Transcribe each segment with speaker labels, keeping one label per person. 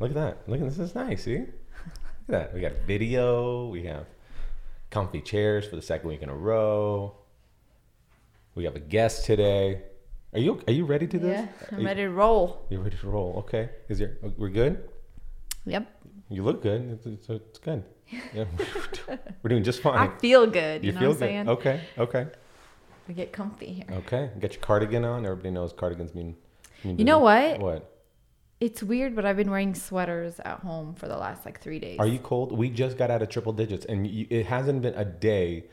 Speaker 1: look at that. Look at this. This is nice. See? Look at that. We got video. We have comfy chairs for the second week in a row. We have a guest today. Are you are you ready to this?
Speaker 2: Yeah,
Speaker 1: Are
Speaker 2: I'm
Speaker 1: you-
Speaker 2: ready to roll.
Speaker 1: You're ready to roll. Okay. Is there? We're good.
Speaker 2: Yep.
Speaker 1: You look good. It's, it's, it's good. Yeah. we're doing just
Speaker 2: I
Speaker 1: fine.
Speaker 2: feel good. You, know what I'm
Speaker 1: good.
Speaker 2: saying?
Speaker 1: Okay. Okay.
Speaker 2: We get comfy here.
Speaker 1: Okay. Got your cardigan on. Everybody knows cardigans mean. mean
Speaker 2: You know
Speaker 1: business.
Speaker 2: what?
Speaker 1: What?
Speaker 2: It's weird, but I've been wearing sweaters at home for the last like three days.
Speaker 1: Are you cold? We just got out of triple digits, and you, it hasn't been a day,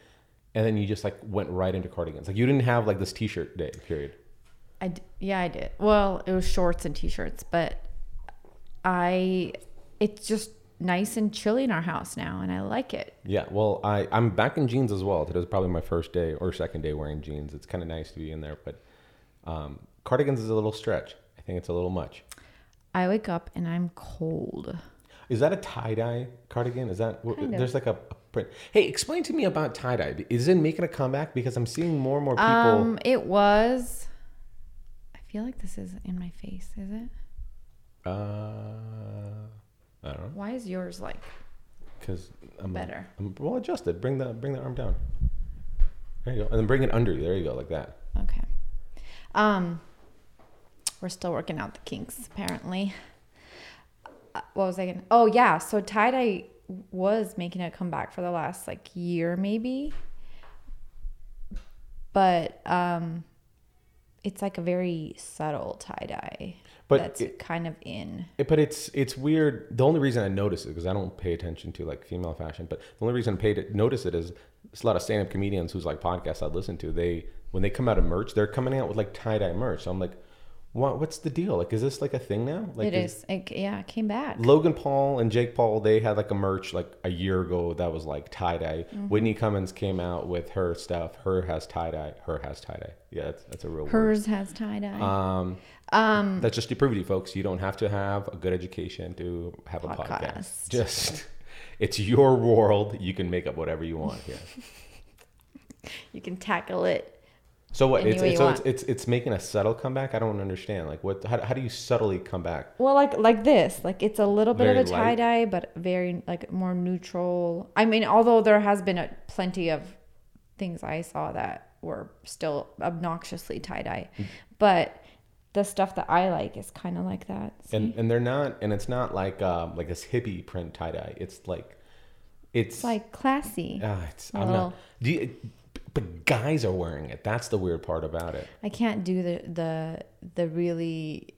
Speaker 1: and then you just like went right into cardigans. Like you didn't have like this t-shirt day period.
Speaker 2: I d- yeah, I did. Well, it was shorts and t-shirts, but I. It's just nice and chilly in our house now, and I like it.
Speaker 1: Yeah. Well, I I'm back in jeans as well. Today's probably my first day or second day wearing jeans. It's kind of nice to be in there, but um, cardigans is a little stretch. I think it's a little much.
Speaker 2: I wake up and I'm cold.
Speaker 1: Is that a tie dye cardigan? Is that what,
Speaker 2: Kind of.
Speaker 1: there's like a, a print? Hey, explain to me about tie dye. Is it making a comeback? Because I'm seeing more and more people.
Speaker 2: Um, it was. I feel like this is in my face. Is it?
Speaker 1: uh, I don't know.
Speaker 2: Why is yours like?
Speaker 1: Because I'm
Speaker 2: Better.
Speaker 1: I'm Um, well adjusted. Bring the bring the arm down. There you go, and then bring it under you. There you go, like that.
Speaker 2: Okay. Um, we're still working out the kinks, apparently. Uh, What was I gonna? Oh yeah, so tie dye was making a comeback for the last like year, maybe. But um, it's like a very subtle tie dye
Speaker 1: But
Speaker 2: that's
Speaker 1: it-
Speaker 2: kind of in.
Speaker 1: It- but it's it's weird. The only reason I notice it because I don't pay attention to like female fashion. But the only reason I paid it, notice it is it's a lot of stand up comedians who's like podcasts I listen to. They when they come out of merch, they're coming out with like tie dye merch. So I'm like, what what's the deal? Like, is this like a thing now? Like,
Speaker 2: It is. It, yeah, it came back.
Speaker 1: Logan Paul and Jake Paul, they had like a merch like a year ago that was like tie dye.
Speaker 2: Mm-hmm.
Speaker 1: Whitney Cummings came out with her stuff. Her has tie dye. Her has tie dye. Yeah, that's, that's a real word.
Speaker 2: Hers has tie dye.
Speaker 1: Um, that's just to prove to you folks, you don't have to have a good education to have a podcast.
Speaker 2: Podcast.
Speaker 1: Just, it's your world. You can make up whatever you want here.
Speaker 2: you can tackle it.
Speaker 1: So what?
Speaker 2: Any
Speaker 1: It's
Speaker 2: way
Speaker 1: it's,
Speaker 2: you
Speaker 1: so it's it's it's making a subtle comeback. I don't understand. Like what? How, how do you subtly come back?
Speaker 2: Well, like like this, like it's a little bit
Speaker 1: Very
Speaker 2: of a tie
Speaker 1: light.
Speaker 2: dye, but very like more neutral. I mean, although there has been a, plenty of things I saw that were still obnoxiously tie dye,
Speaker 1: Mm.
Speaker 2: but the stuff that I like is kind of like that. See?
Speaker 1: and and they're not and it's not like um like this hippie print tie dye it's like it's,
Speaker 2: it's like classy.
Speaker 1: uh, it's
Speaker 2: a
Speaker 1: i'm
Speaker 2: little-
Speaker 1: not do you, but guys are wearing it that's the weird part about it
Speaker 2: I can't do the the the really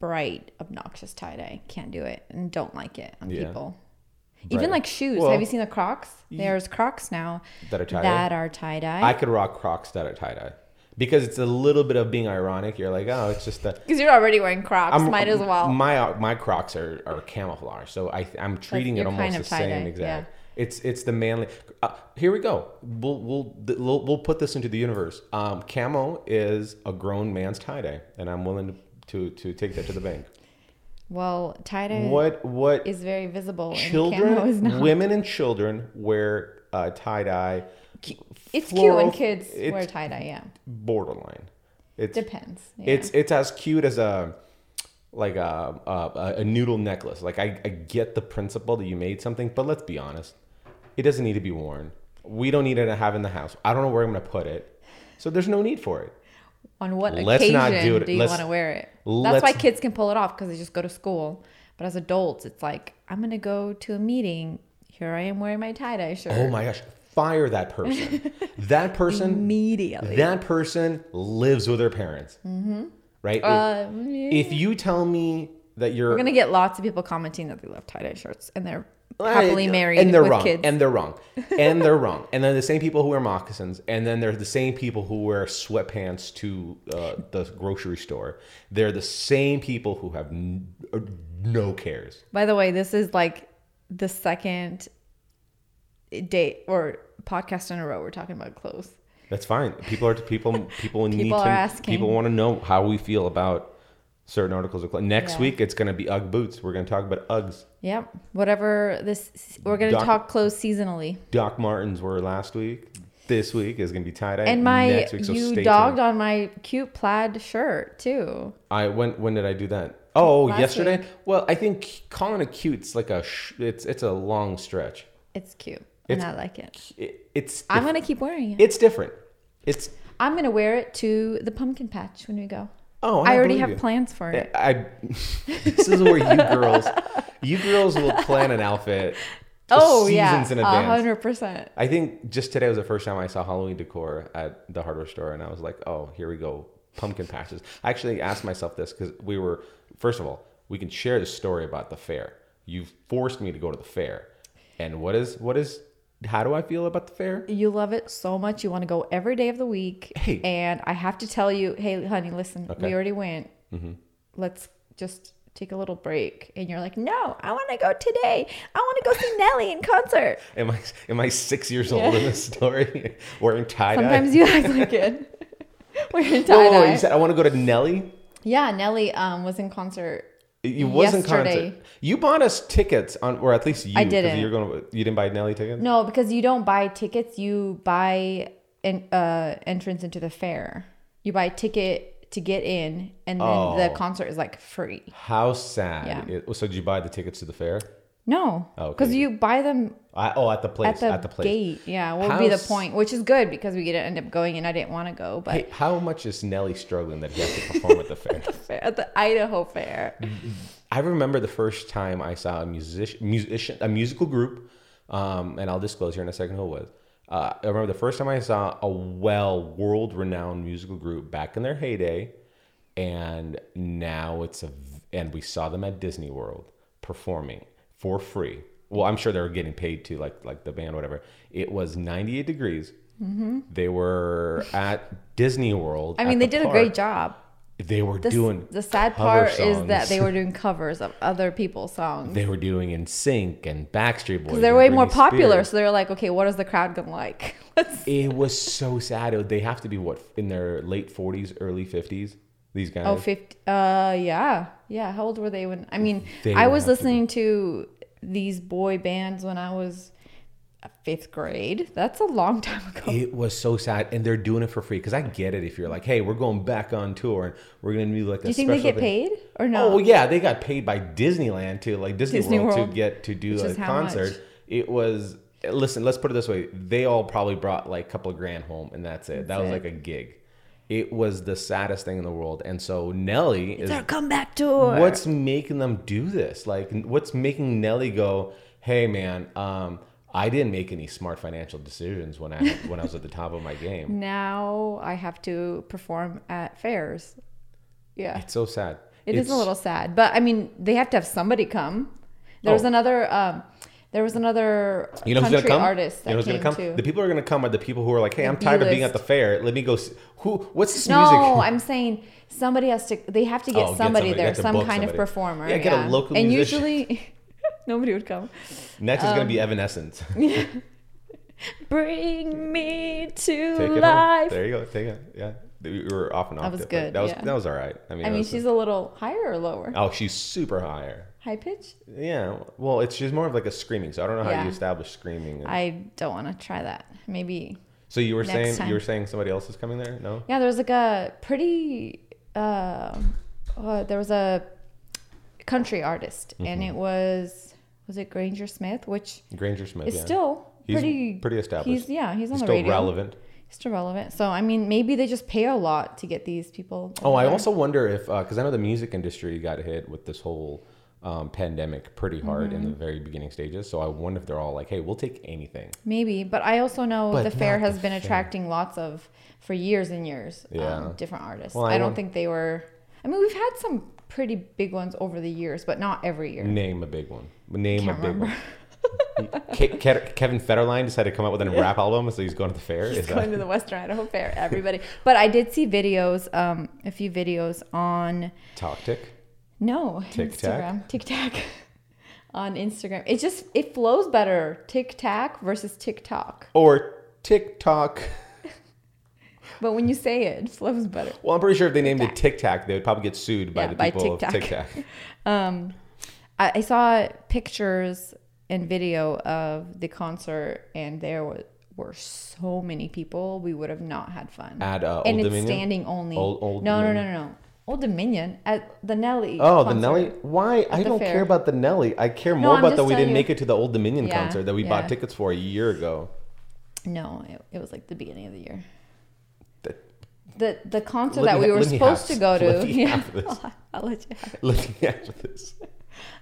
Speaker 2: bright obnoxious tie dye. Can't do it and don't like it on
Speaker 1: Yeah.
Speaker 2: people.
Speaker 1: Right.
Speaker 2: Even like shoes.
Speaker 1: Well,
Speaker 2: Have you seen the Crocs? There's Crocs now
Speaker 1: that are tie
Speaker 2: that
Speaker 1: dye
Speaker 2: are tie
Speaker 1: i
Speaker 2: dye.
Speaker 1: could rock crocs that are tie dye because it's a little bit of being ironic you're like oh it's just that
Speaker 2: Because you're already wearing Crocs,
Speaker 1: I'm-
Speaker 2: might as well.
Speaker 1: my uh, my crocs are, are camouflage so i i'm treating it
Speaker 2: your
Speaker 1: almost
Speaker 2: kind
Speaker 1: the
Speaker 2: of tie-dye,
Speaker 1: same exact It's, it's the manly. Uh, here we go. We'll, we'll we'll we'll put this into the universe. Um, camo is a grown man's tie dye, and I'm willing to, to to take that to the bank.
Speaker 2: well, tie dye
Speaker 1: What what
Speaker 2: is very visible. and camo is
Speaker 1: children,
Speaker 2: not.
Speaker 1: women and children wear uh, tie dye.
Speaker 2: it's cute
Speaker 1: floral-
Speaker 2: when kids
Speaker 1: it's
Speaker 2: wear tie dye. Yeah,
Speaker 1: borderline. It's
Speaker 2: depends. Yeah.
Speaker 1: it's it's as cute as a like a a, a noodle necklace. Like I, I get the principle that you made something, but let's be honest, it doesn't need to be worn. We don't need it to have in the house. I don't know where I'm gonna put it, so there's no need for it.
Speaker 2: on what
Speaker 1: let's
Speaker 2: occasion
Speaker 1: not do
Speaker 2: do,
Speaker 1: it.
Speaker 2: you
Speaker 1: Let's-
Speaker 2: want to wear it?
Speaker 1: let's-
Speaker 2: That's why kids can pull it off because they just go to school. But as adults, it's like I'm gonna go to a meeting. Here I am wearing my tie dye shirt.
Speaker 1: Oh my gosh, fire that person. that person,
Speaker 2: Immediately.
Speaker 1: that person lives with their parents, mm-hmm. right?
Speaker 2: Um, yeah.
Speaker 1: if you tell me that you're
Speaker 2: We're gonna get lots of people commenting that they love tie dye shirts and they're
Speaker 1: Uh,
Speaker 2: happily married
Speaker 1: and they're
Speaker 2: with
Speaker 1: wrong
Speaker 2: kids.
Speaker 1: and they're wrong and they're wrong and they're the same people who wear moccasins and then they're the same people who wear sweatpants to uh, the grocery store they're the same people who have n- uh, no cares
Speaker 2: By the way, this is like the second date or podcast in a row we're talking about clothes.
Speaker 1: that's fine people are people people need
Speaker 2: are
Speaker 1: to
Speaker 2: asking.
Speaker 1: people want to know how we feel about certain articles of clothing next
Speaker 2: Yeah.
Speaker 1: week it's going to be ugg boots we're going to talk about uggs
Speaker 2: Yep. Whatever this, we're gonna
Speaker 1: Doc-
Speaker 2: talk clothes seasonally.
Speaker 1: doc martens were last week this week is going to be tie-dye
Speaker 2: And my
Speaker 1: next week so
Speaker 2: you
Speaker 1: stay
Speaker 2: dogged
Speaker 1: tuned.
Speaker 2: on my cute plaid shirt too.
Speaker 1: i when when did i do that Oh,
Speaker 2: Last
Speaker 1: yesterday.
Speaker 2: week.
Speaker 1: Well, I think calling it cute's like a sh- it's it's a long stretch.
Speaker 2: It's cute.
Speaker 1: It's-
Speaker 2: and I like it.
Speaker 1: It, it's
Speaker 2: I'm gonna keep wearing it.
Speaker 1: it's different. It's
Speaker 2: I'm gonna wear it to the pumpkin patch when we go.
Speaker 1: oh,
Speaker 2: I, already
Speaker 1: believe
Speaker 2: have
Speaker 1: you.
Speaker 2: plans for it.
Speaker 1: I this is where you girls you girls will plan an outfit.
Speaker 2: Oh yeah,
Speaker 1: seasons in
Speaker 2: a
Speaker 1: advance.
Speaker 2: hundred percent.
Speaker 1: I think just today was the first time I saw Halloween decor at the hardware store, and I was like, "Oh, here we go, pumpkin patches." I actually asked myself this because we were first of all, we can share the story about the fair. You forced me to go to the fair, and what is what is how do I feel about the fair?
Speaker 2: You love it so much. You want to go every day of the week.
Speaker 1: Hey.
Speaker 2: And I have to tell you, hey, honey, listen,
Speaker 1: Okay. Mm-hmm.
Speaker 2: we already went. Let's just take a little break. And you're like, no, I want to go today. I want to go see Nelly in concert.
Speaker 1: Am I am I six years old in this story wearing tie dye?
Speaker 2: Sometimes you act like it. We're in
Speaker 1: Whoa,
Speaker 2: tie
Speaker 1: whoa, whoa,
Speaker 2: dye.
Speaker 1: Oh, you said I want to go to Nelly.
Speaker 2: yeah, Nelly um, was in concert.
Speaker 1: You wasn't concert.
Speaker 2: Yesterday.
Speaker 1: You bought us tickets on, or at least you.
Speaker 2: I
Speaker 1: 'cause
Speaker 2: didn't.
Speaker 1: You're going. You didn't buy Nelly tickets.
Speaker 2: No, because you don't buy tickets. You buy an uh, entrance into the fair. You buy a ticket to get in, and then the
Speaker 1: Oh.
Speaker 2: concert is like free.
Speaker 1: How sad.
Speaker 2: Yeah.
Speaker 1: It- so did you buy the tickets to the fair?
Speaker 2: No,
Speaker 1: Oh,
Speaker 2: because
Speaker 1: okay.
Speaker 2: you buy them
Speaker 1: I, oh, at the place.
Speaker 2: at the,
Speaker 1: place.
Speaker 2: gate. Yeah, what would be the
Speaker 1: How's-
Speaker 2: point? Which is good because we didn't end up going, and I didn't want to go. But
Speaker 1: Hey, how much is Nelly struggling that he has to perform at the fair?
Speaker 2: fair, at the Idaho Fair,
Speaker 1: Mm-hmm. I remember the first time I saw a music, musician, a musical group, um, and I'll disclose here in a second who it was. Uh, I remember the first time I saw a well world renowned musical group back in their heyday, and now it's a v- and we saw them at Disney World performing for free. Well, I'm sure they were getting paid to like like the band whatever. It was 98 degrees. They were at Disney World.
Speaker 2: Mm-hmm. I
Speaker 1: at
Speaker 2: mean, they
Speaker 1: the
Speaker 2: did a
Speaker 1: park.
Speaker 2: great job.
Speaker 1: They were
Speaker 2: The,
Speaker 1: doing
Speaker 2: the sad
Speaker 1: cover
Speaker 2: part is that
Speaker 1: songs.
Speaker 2: they were doing covers of other people's songs.
Speaker 1: they were doing in sync and Backstreet Boys.
Speaker 2: They're
Speaker 1: and
Speaker 2: way more
Speaker 1: Britney
Speaker 2: popular,
Speaker 1: Spears.
Speaker 2: so they're like, okay, what is the crowd gonna like? Let's
Speaker 1: It was so sad. It- They have to be what in their late forties, early fifties. These guys.
Speaker 2: Oh, 50. Uh, yeah. Yeah. How old were they when? I mean,
Speaker 1: They
Speaker 2: I
Speaker 1: would
Speaker 2: was
Speaker 1: have to be-
Speaker 2: listening to these boy bands when I was uh, fifth grade. That's a long time ago.
Speaker 1: it was so sad, and they're doing it for free. Because I get it if you're like, "Hey, we're going back on tour, and we're gonna do like a
Speaker 2: Do you think
Speaker 1: special."
Speaker 2: they get
Speaker 1: thing."
Speaker 2: paid or
Speaker 1: Oh
Speaker 2: no?
Speaker 1: yeah, they got paid by Disneyland to like Disney,
Speaker 2: Disney
Speaker 1: World,
Speaker 2: World.
Speaker 1: to get to do
Speaker 2: Which
Speaker 1: a
Speaker 2: is how much?
Speaker 1: concert. It was listen. Let's put it this way: they all probably brought like a couple of grand home, and that's it. that
Speaker 2: That's
Speaker 1: was
Speaker 2: it.
Speaker 1: like a gig. It was the saddest thing in the world, and so Nelly
Speaker 2: It's
Speaker 1: is
Speaker 2: our comeback tour.
Speaker 1: what's making them do this like what's making nelly go hey man um i didn't make any smart financial decisions when i when i was at the top of my game
Speaker 2: now I have to perform at fairs. Yeah.
Speaker 1: it's so sad
Speaker 2: It is
Speaker 1: it's,
Speaker 2: a little sad, but I mean, they have to have somebody come. There was
Speaker 1: Oh.
Speaker 2: another. Um, there was another
Speaker 1: you know who's
Speaker 2: country
Speaker 1: gonna come?
Speaker 2: artist that
Speaker 1: you know who's
Speaker 2: came
Speaker 1: gonna come?
Speaker 2: too.
Speaker 1: The people who are gonna come are the people who are like, "Hey, I'm tired of being at the
Speaker 2: B-list.
Speaker 1: fair. Let me go. See, who? What's this
Speaker 2: No,
Speaker 1: music?"
Speaker 2: I'm saying somebody has to. They have to get
Speaker 1: Oh, get
Speaker 2: somebody,
Speaker 1: somebody.
Speaker 2: there,
Speaker 1: Get to
Speaker 2: some
Speaker 1: book
Speaker 2: kind of
Speaker 1: somebody.
Speaker 2: performer.
Speaker 1: Yeah, get a local
Speaker 2: And
Speaker 1: musician.
Speaker 2: usually, nobody would come.
Speaker 1: Next is gonna
Speaker 2: Um,
Speaker 1: be Evanescence.
Speaker 2: Bring me
Speaker 1: Take
Speaker 2: to
Speaker 1: it home.
Speaker 2: life.
Speaker 1: There you go. Take it. Yeah, we were off and off.
Speaker 2: was
Speaker 1: different.
Speaker 2: good,
Speaker 1: That was
Speaker 2: yeah.
Speaker 1: that was all right. I mean,
Speaker 2: I
Speaker 1: that
Speaker 2: mean,
Speaker 1: was-
Speaker 2: she's a little higher or lower,
Speaker 1: oh, she's super higher.
Speaker 2: high pitch.
Speaker 1: Yeah, well, it's she's more of like a screaming. So I don't know how
Speaker 2: Yeah.
Speaker 1: you establish screaming.
Speaker 2: I don't want to try that. Maybe
Speaker 1: so you were
Speaker 2: next
Speaker 1: saying
Speaker 2: time.
Speaker 1: you were saying somebody else is coming there? No.
Speaker 2: yeah. There was like a pretty. Uh, uh, there was a country artist, and
Speaker 1: Mm-hmm.
Speaker 2: it was was it Granger Smith, which
Speaker 1: Granger Smith.
Speaker 2: is
Speaker 1: yeah.
Speaker 2: still
Speaker 1: He's
Speaker 2: pretty
Speaker 1: pretty established.
Speaker 2: He's yeah, he's on
Speaker 1: He's
Speaker 2: the
Speaker 1: still
Speaker 2: radio.
Speaker 1: relevant.
Speaker 2: still relevant. So I mean, maybe they just pay a lot to get these people.
Speaker 1: Oh, I
Speaker 2: over.
Speaker 1: also wonder if because I know the music industry got hit with this whole um, pandemic pretty hard in the
Speaker 2: Mm-hmm.
Speaker 1: very beginning stages. So I wonder if they're all like, "Hey, we'll take anything."
Speaker 2: maybe, but I also know
Speaker 1: But
Speaker 2: the fair
Speaker 1: not
Speaker 2: has
Speaker 1: the
Speaker 2: been
Speaker 1: fair.
Speaker 2: attracting lots of for years and years.
Speaker 1: Yeah.
Speaker 2: um, different artists.
Speaker 1: Well, I
Speaker 2: I, don't
Speaker 1: won-
Speaker 2: think they were. I mean, we've had some pretty big ones over the years, but not every year.
Speaker 1: Name a big one. Name
Speaker 2: Can't
Speaker 1: a big
Speaker 2: remember.
Speaker 1: one. Ke- Ke- Kevin Federline decided to come out with a rap album, so he's going to the fair. Is
Speaker 2: Just
Speaker 1: that-
Speaker 2: going to the Western Idaho Fair, everybody. but I did see videos, um, a few videos on
Speaker 1: Toctic.
Speaker 2: No,
Speaker 1: Tic Tac?
Speaker 2: Instagram, Tic Tac, on Instagram. It just it flows better, Tic Tac versus TikTok.
Speaker 1: or TikTok.
Speaker 2: But when you say it, it flows better.
Speaker 1: Well, I'm pretty sure if they named it Tic Tac, they would probably get sued by
Speaker 2: Yeah,
Speaker 1: the
Speaker 2: by
Speaker 1: people of
Speaker 2: Tic
Speaker 1: Tic
Speaker 2: Tac.
Speaker 1: Tac.
Speaker 2: Um, I, I saw pictures and video of the concert, and there were, were so many people. We would have not had fun.
Speaker 1: At uh, Old
Speaker 2: and it's
Speaker 1: Dominion.
Speaker 2: standing only.
Speaker 1: Old- Old
Speaker 2: no, no, no,
Speaker 1: Dominion.
Speaker 2: no, no. Old Dominion at the Nelly.
Speaker 1: Oh, the
Speaker 2: concert.
Speaker 1: Nelly. Why? I
Speaker 2: the
Speaker 1: don't
Speaker 2: fair.
Speaker 1: care about the Nelly. I care
Speaker 2: No,
Speaker 1: more
Speaker 2: I'm
Speaker 1: about
Speaker 2: just
Speaker 1: that we
Speaker 2: telling
Speaker 1: didn't
Speaker 2: you.
Speaker 1: make it to the old Dominion
Speaker 2: Yeah,
Speaker 1: concert that we
Speaker 2: yeah.
Speaker 1: bought tickets for a year ago.
Speaker 2: No, it, it was like the beginning of the year.
Speaker 1: That-
Speaker 2: The the concert
Speaker 1: Let me
Speaker 2: that we
Speaker 1: ha-
Speaker 2: were
Speaker 1: let me
Speaker 2: supposed
Speaker 1: have-
Speaker 2: to go
Speaker 1: let
Speaker 2: to.
Speaker 1: me have this.
Speaker 2: I'll, I'll let you have it.
Speaker 1: Looking after this,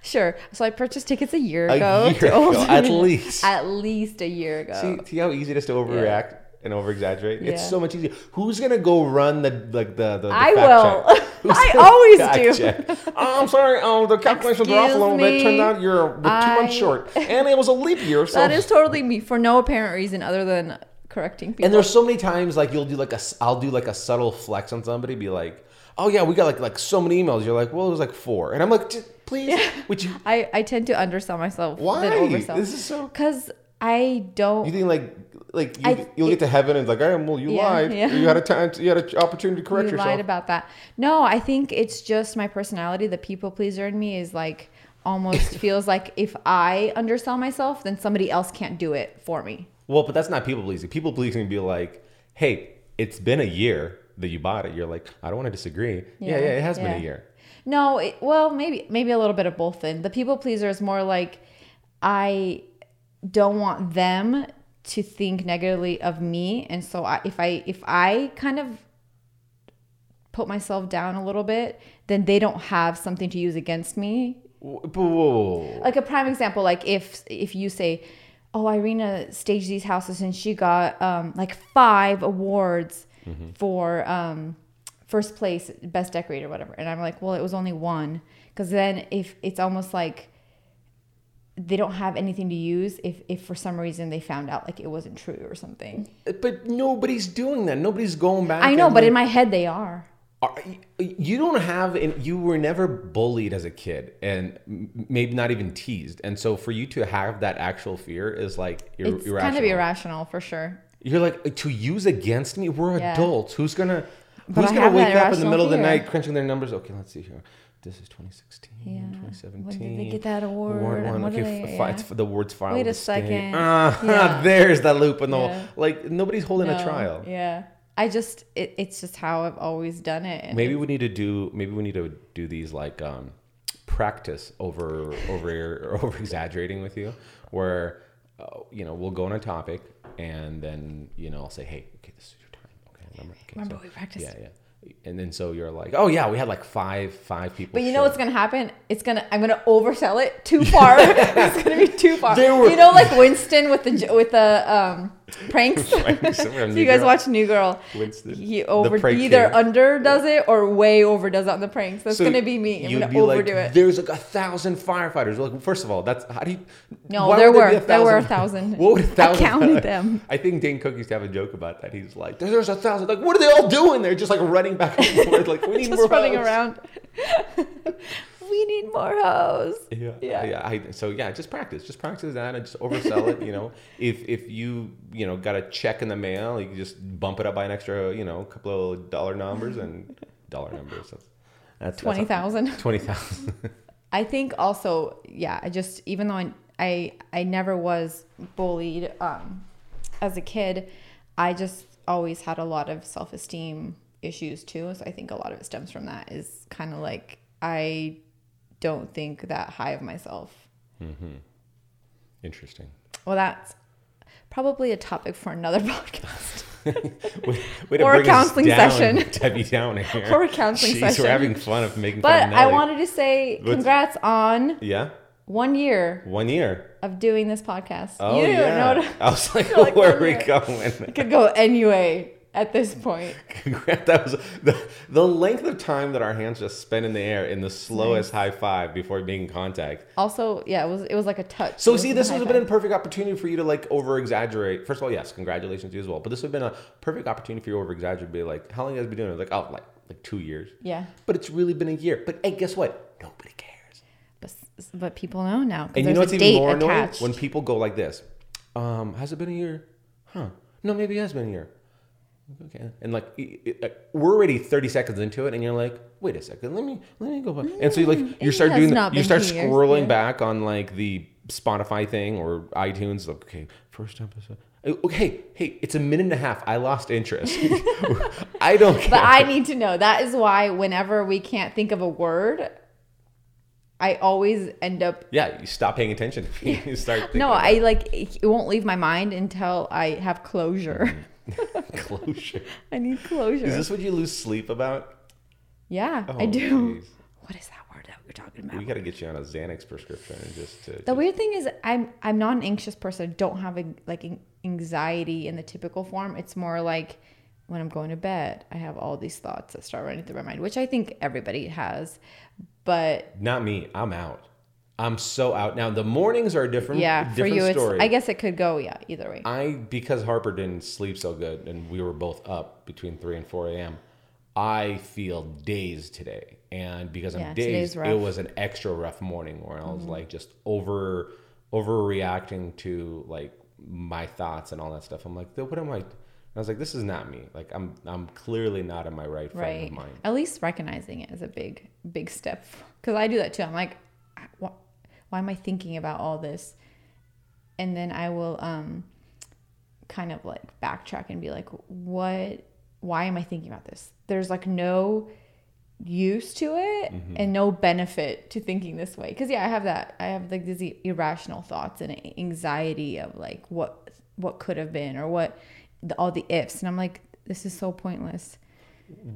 Speaker 2: Sure. So I purchased tickets a year
Speaker 1: A
Speaker 2: ago.
Speaker 1: year
Speaker 2: to Old
Speaker 1: ago, at
Speaker 2: Dominion.
Speaker 1: least.
Speaker 2: At least a year ago.
Speaker 1: see, see how easy it is to overreact and over exaggerate. It's
Speaker 2: Yeah.
Speaker 1: so much easier. Who's gonna go run the like the? the, the
Speaker 2: I
Speaker 1: fact
Speaker 2: will.
Speaker 1: check? Who's
Speaker 2: I
Speaker 1: gonna
Speaker 2: always
Speaker 1: fact
Speaker 2: do.
Speaker 1: check? Oh, I'm sorry. Oh, the calculations were off a
Speaker 2: Excuse
Speaker 1: little bit. Turned
Speaker 2: me.
Speaker 1: out you're we're two
Speaker 2: I-
Speaker 1: months short, and it was a leap year. So
Speaker 2: That is totally me for no apparent reason other than correcting people.
Speaker 1: And there's so many times like you'll do like a s- I'll do like a subtle flex on somebody, be like, "Oh yeah, we got like like so many emails." You're like, "Well, it was like four. and I'm like, "Just "Please, would you?
Speaker 2: I, I tend to undersell myself
Speaker 1: Why?
Speaker 2: than oversell.
Speaker 1: This is so.
Speaker 2: Because I don't.
Speaker 1: You think like like you,
Speaker 2: I-
Speaker 1: you'll get to heaven and it's like, "All right, well, you
Speaker 2: Yeah,
Speaker 1: lied.
Speaker 2: yeah.
Speaker 1: You had a time. You had an opportunity to correct
Speaker 2: you
Speaker 1: yourself."
Speaker 2: lied about that. No, I think it's just my personality. The people pleaser in me is like almost feels like if I undersell myself, then somebody else can't do it for me.
Speaker 1: well, but that's not people pleasing. People pleasing would be like, "Hey, it's been a year that you bought it." You're like, "I don't want to disagree." Yeah, yeah,
Speaker 2: Yeah,
Speaker 1: it has
Speaker 2: yeah.
Speaker 1: been a year.
Speaker 2: No, it, well, maybe maybe a little bit of both. Then the people pleaser is more like I don't want them to think negatively of me, and so I, if I if I kind of put myself down a little bit, then they don't have something to use against me
Speaker 1: Whoa, whoa, whoa, whoa.
Speaker 2: like a prime example like if if you say oh irena staged these houses and she got um like five awards
Speaker 1: Mm-hmm.
Speaker 2: for um first place best decorator whatever and i'm like well it was only one because then if it's almost like they don't have anything to use if if for some reason they found out like it wasn't true or something
Speaker 1: But nobody's doing that. Nobody's going back.
Speaker 2: i know
Speaker 1: and,
Speaker 2: but
Speaker 1: like,
Speaker 2: in my head they are
Speaker 1: Are, you don't have, and you were never bullied as a kid, and m- maybe not even teased. And so, for you to have that actual fear is like ir-
Speaker 2: it's
Speaker 1: irrational.
Speaker 2: kind of irrational for sure
Speaker 1: You're like to use against me. We're
Speaker 2: Yeah.
Speaker 1: adults. Who's gonna?
Speaker 2: But
Speaker 1: who's
Speaker 2: I
Speaker 1: gonna
Speaker 2: have
Speaker 1: wake
Speaker 2: that
Speaker 1: up in the
Speaker 2: irrational
Speaker 1: middle of the
Speaker 2: fear.
Speaker 1: night crunching their numbers? Okay, let's see here. This is 2016,
Speaker 2: Yeah. When did
Speaker 1: 2017.
Speaker 2: they get that award?
Speaker 1: one.
Speaker 2: And what
Speaker 1: Okay,
Speaker 2: did
Speaker 1: f-
Speaker 2: they-
Speaker 1: fi-
Speaker 2: yeah.
Speaker 1: it's f- the awards filed.
Speaker 2: Wait
Speaker 1: with
Speaker 2: a
Speaker 1: the state.
Speaker 2: second.
Speaker 1: Ah,
Speaker 2: Yeah.
Speaker 1: there's that loop in the wall.
Speaker 2: Yeah.
Speaker 1: like nobody's holding
Speaker 2: No,
Speaker 1: a trial.
Speaker 2: yeah i just it, it's just how i've always done it and
Speaker 1: Maybe we need to do. Maybe we need to do these like um, practice over over over exaggerating with you, where uh, you know we'll go on a topic and then you know I'll say, hey, okay, this is your time. Okay, remember? Okay,
Speaker 2: remember
Speaker 1: so-
Speaker 2: we practiced
Speaker 1: Yeah, yeah. And then so you're like, oh yeah, we had like five five people.
Speaker 2: But you know
Speaker 1: show
Speaker 2: what's gonna happen? It's gonna I'm gonna oversell it too far. it's gonna be too far.
Speaker 1: There were-
Speaker 2: you know, like Winston with the j- with the um, pranks.
Speaker 1: Pranks from
Speaker 2: so
Speaker 1: New
Speaker 2: you guys
Speaker 1: Girl.
Speaker 2: watch New Girl.
Speaker 1: Winston.
Speaker 2: He
Speaker 1: The
Speaker 2: over
Speaker 1: prank
Speaker 2: either
Speaker 1: king.
Speaker 2: under does it or way overdoes it on the pranks. That's
Speaker 1: So
Speaker 2: gonna be me. I'm
Speaker 1: you'd
Speaker 2: gonna
Speaker 1: be like,
Speaker 2: overdo it.
Speaker 1: There's like a thousand firefighters. We're Like, first of all, that's how do you?
Speaker 2: No,
Speaker 1: why
Speaker 2: there
Speaker 1: would
Speaker 2: were
Speaker 1: be
Speaker 2: there were a thousand.
Speaker 1: What would a thousand?
Speaker 2: I counted them.
Speaker 1: I think Dane Cook used to have a joke about that. He's like, "There's, there's a thousand. Like, what are they all doing? They're just like running back and forth. Like, we need
Speaker 2: Just
Speaker 1: more
Speaker 2: running
Speaker 1: hoes."
Speaker 2: around. we need more hoes.
Speaker 1: Yeah,
Speaker 2: Yeah.
Speaker 1: yeah. I, so yeah, just practice. Just practice that and just oversell it. You know, if if you you know got a check in the mail, you can just bump it up by an extra you know couple of dollar numbers and dollar numbers. That's, that's
Speaker 2: Twenty thousand.
Speaker 1: Twenty thousand.
Speaker 2: I think also, yeah, I just even though I I, I never was bullied um, as a kid, I just always had a lot of self esteem issues too. So I think a lot of it stems from that. Is kind of like I don't think that high of myself.
Speaker 1: Interesting.
Speaker 2: Well, that's probably a topic for another podcast
Speaker 1: Way, way to
Speaker 2: Or a
Speaker 1: bring us
Speaker 2: counseling
Speaker 1: down,
Speaker 2: session.
Speaker 1: Debbie down here.
Speaker 2: or a counseling
Speaker 1: Jeez,
Speaker 2: session.
Speaker 1: we're having fun of making fun
Speaker 2: but
Speaker 1: of
Speaker 2: I
Speaker 1: Nelly.
Speaker 2: wanted to say
Speaker 1: What's-
Speaker 2: congrats on
Speaker 1: Yeah,
Speaker 2: one year
Speaker 1: one year.
Speaker 2: of doing this podcast.
Speaker 1: Oh
Speaker 2: you didn't
Speaker 1: yeah.
Speaker 2: know-
Speaker 1: I was like,
Speaker 2: You're like,
Speaker 1: where
Speaker 2: one
Speaker 1: are we
Speaker 2: year.
Speaker 1: going?
Speaker 2: could go anyway at this point.
Speaker 1: Congrats. That was the, the length of time that our hands just spent in the air in the slowest high five before making contact.
Speaker 2: Also, yeah, it was it was like a touch.
Speaker 1: So
Speaker 2: It
Speaker 1: see,
Speaker 2: wasn't
Speaker 1: this
Speaker 2: a
Speaker 1: would have
Speaker 2: high
Speaker 1: been a perfect opportunity for you to like over exaggerate. First of all, yes, congratulations to you as well. But this would have been a perfect opportunity for you to over exaggerate. Be like, how long has it been doing? it? Like, oh, like like two years.
Speaker 2: five. Yeah,
Speaker 1: But it's really been a year. But hey, guess what? Nobody cares.
Speaker 2: but s- but people know now. 'cause
Speaker 1: And you know what's
Speaker 2: there's a
Speaker 1: even
Speaker 2: date
Speaker 1: more
Speaker 2: attached.
Speaker 1: annoying? When people go like this, um, has it been a year? Huh. No, maybe it has been a year. Okay. And like, it- it- like, we're already 30 seconds into it and you're like, wait a second, let me, let me go back. and so you like, you
Speaker 2: it
Speaker 1: start
Speaker 2: Mm, has
Speaker 1: doing,
Speaker 2: not
Speaker 1: that. you
Speaker 2: been
Speaker 1: start
Speaker 2: two years,
Speaker 1: scrolling
Speaker 2: yeah.
Speaker 1: back on like the Spotify thing or iTunes. Like, okay, first episode. Uh, Okay, hey, it's a minute and a half. I lost interest. I don't care.
Speaker 2: But I need to know. That is why whenever we can't think of a word, I always end up
Speaker 1: yeah, you stop paying attention. you start thinking
Speaker 2: No,
Speaker 1: about
Speaker 2: I like it won't leave my mind until I have closure.
Speaker 1: closure.
Speaker 2: I need
Speaker 1: Mm-hmm.
Speaker 2: closure.
Speaker 1: Is this what you lose sleep about?
Speaker 2: yeah,
Speaker 1: Oh,
Speaker 2: I do.
Speaker 1: jeez.
Speaker 2: What is that word that we were talking about?
Speaker 1: We got to get you on a Xanax prescription and just to.
Speaker 2: The weird thing is, I'm I'm not an anxious person. I don't have a, like an anxiety in the typical form. It's more like when I'm going to bed, I have all these thoughts that start running through my mind, which I think everybody has. But
Speaker 1: not me. I'm out. I'm so out now. The mornings are a different.
Speaker 2: yeah, for
Speaker 1: different
Speaker 2: you,
Speaker 1: story.
Speaker 2: it's I guess it could go yeah either way.
Speaker 1: I because Harper didn't sleep so good, and we were both up between three and four a.m. I feel dazed today, and because I'm
Speaker 2: Yeah, today's
Speaker 1: dazed,
Speaker 2: rough. Mm-hmm.
Speaker 1: it was an extra rough morning where I was like just over overreacting to like my thoughts and all that stuff. I'm like, what am I? And I was like, this is not me. Like I'm I'm clearly not in my right frame
Speaker 2: right.
Speaker 1: of mind.
Speaker 2: At least recognizing it is a big big step because I do that too. I'm like, why, why am I thinking about all this? And then I will um kind of like backtrack and be like, what? Why am I thinking about this? There's like no use to it and no benefit to thinking this way. Cause yeah, I have that. I have like these irrational thoughts and anxiety of like what what could have been or what the, all the ifs. And I'm like, this is so pointless.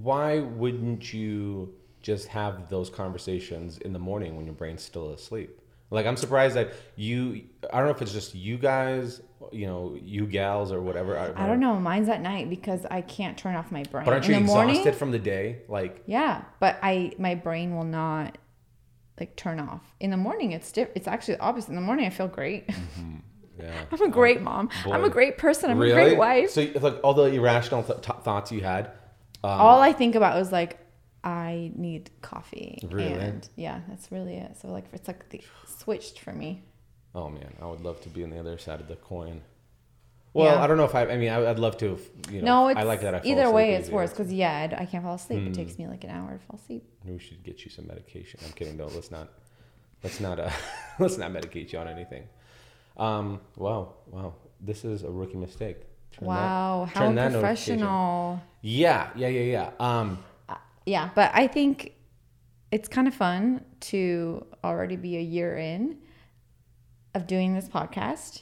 Speaker 1: Why wouldn't you just have those conversations in the morning when your brain's still asleep? Like I'm surprised that you I don't know if it's just you guys, you know, you gals or whatever.
Speaker 2: I don't know. Mine's at night because I can't turn off my brain.
Speaker 1: But aren't
Speaker 2: in
Speaker 1: you
Speaker 2: the
Speaker 1: exhausted
Speaker 2: morning,
Speaker 1: from the day? Like
Speaker 2: Yeah, but I my brain will not like turn off. In the morning, it's diff- it's actually the opposite. In the morning, I feel great.
Speaker 1: yeah.
Speaker 2: I'm a great mom. I'm
Speaker 1: Mm. boy.
Speaker 2: a great person. I'm a great wife.
Speaker 1: So it's like all the irrational th- t- thoughts you had. Um,
Speaker 2: All I think about is like I need coffee.
Speaker 1: Really?
Speaker 2: And yeah, that's really it. So like it's like the switched for me.
Speaker 1: oh man, I would love to be on the other side of the coin. Well,
Speaker 2: Yeah.
Speaker 1: I don't know if I. I mean, I, I'd love to. if, You know,
Speaker 2: no, it's
Speaker 1: I like that. I fall
Speaker 2: either
Speaker 1: asleep
Speaker 2: way, it's
Speaker 1: easier. Hmm.
Speaker 2: worse because yeah, I d- I can't fall asleep. It takes me like an hour to fall asleep.
Speaker 1: we should get you some medication. I'm kidding though. Let's not, let's not, uh, let's not medicate you on anything. Um, wow, wow, this is a rookie mistake. Turn that-
Speaker 2: wow, how
Speaker 1: turn that notification-
Speaker 2: unprofessional.
Speaker 1: Yeah, yeah, yeah, yeah. Um,
Speaker 2: yeah but i think it's kind of fun to already be a year in of doing this podcast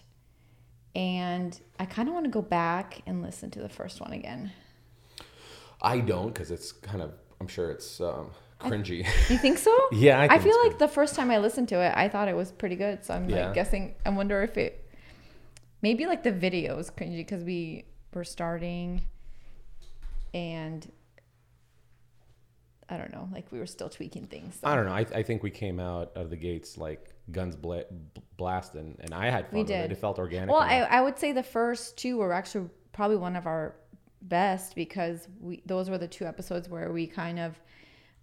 Speaker 2: and i kind of want to go back and listen to the first one again
Speaker 1: I don't because it's kind of. I'm sure it's um, cringy.
Speaker 2: you think so
Speaker 1: yeah, I,
Speaker 2: i,
Speaker 1: think
Speaker 2: feel
Speaker 1: it's
Speaker 2: like the first time i listened to it i thought it was pretty good so i'm
Speaker 1: Yeah.
Speaker 2: like guessing i wonder if it maybe like the video was cringy because we were starting and i don't know like we were still tweaking things
Speaker 1: good. I don't know. I, I think we came out of the gates like guns bla- blasting, and I had fun.
Speaker 2: We
Speaker 1: with it.
Speaker 2: did.
Speaker 1: It felt organic.
Speaker 2: Well,
Speaker 1: to me.
Speaker 2: I, I would say the first two were actually probably one of our best because we those were the two episodes where we kind of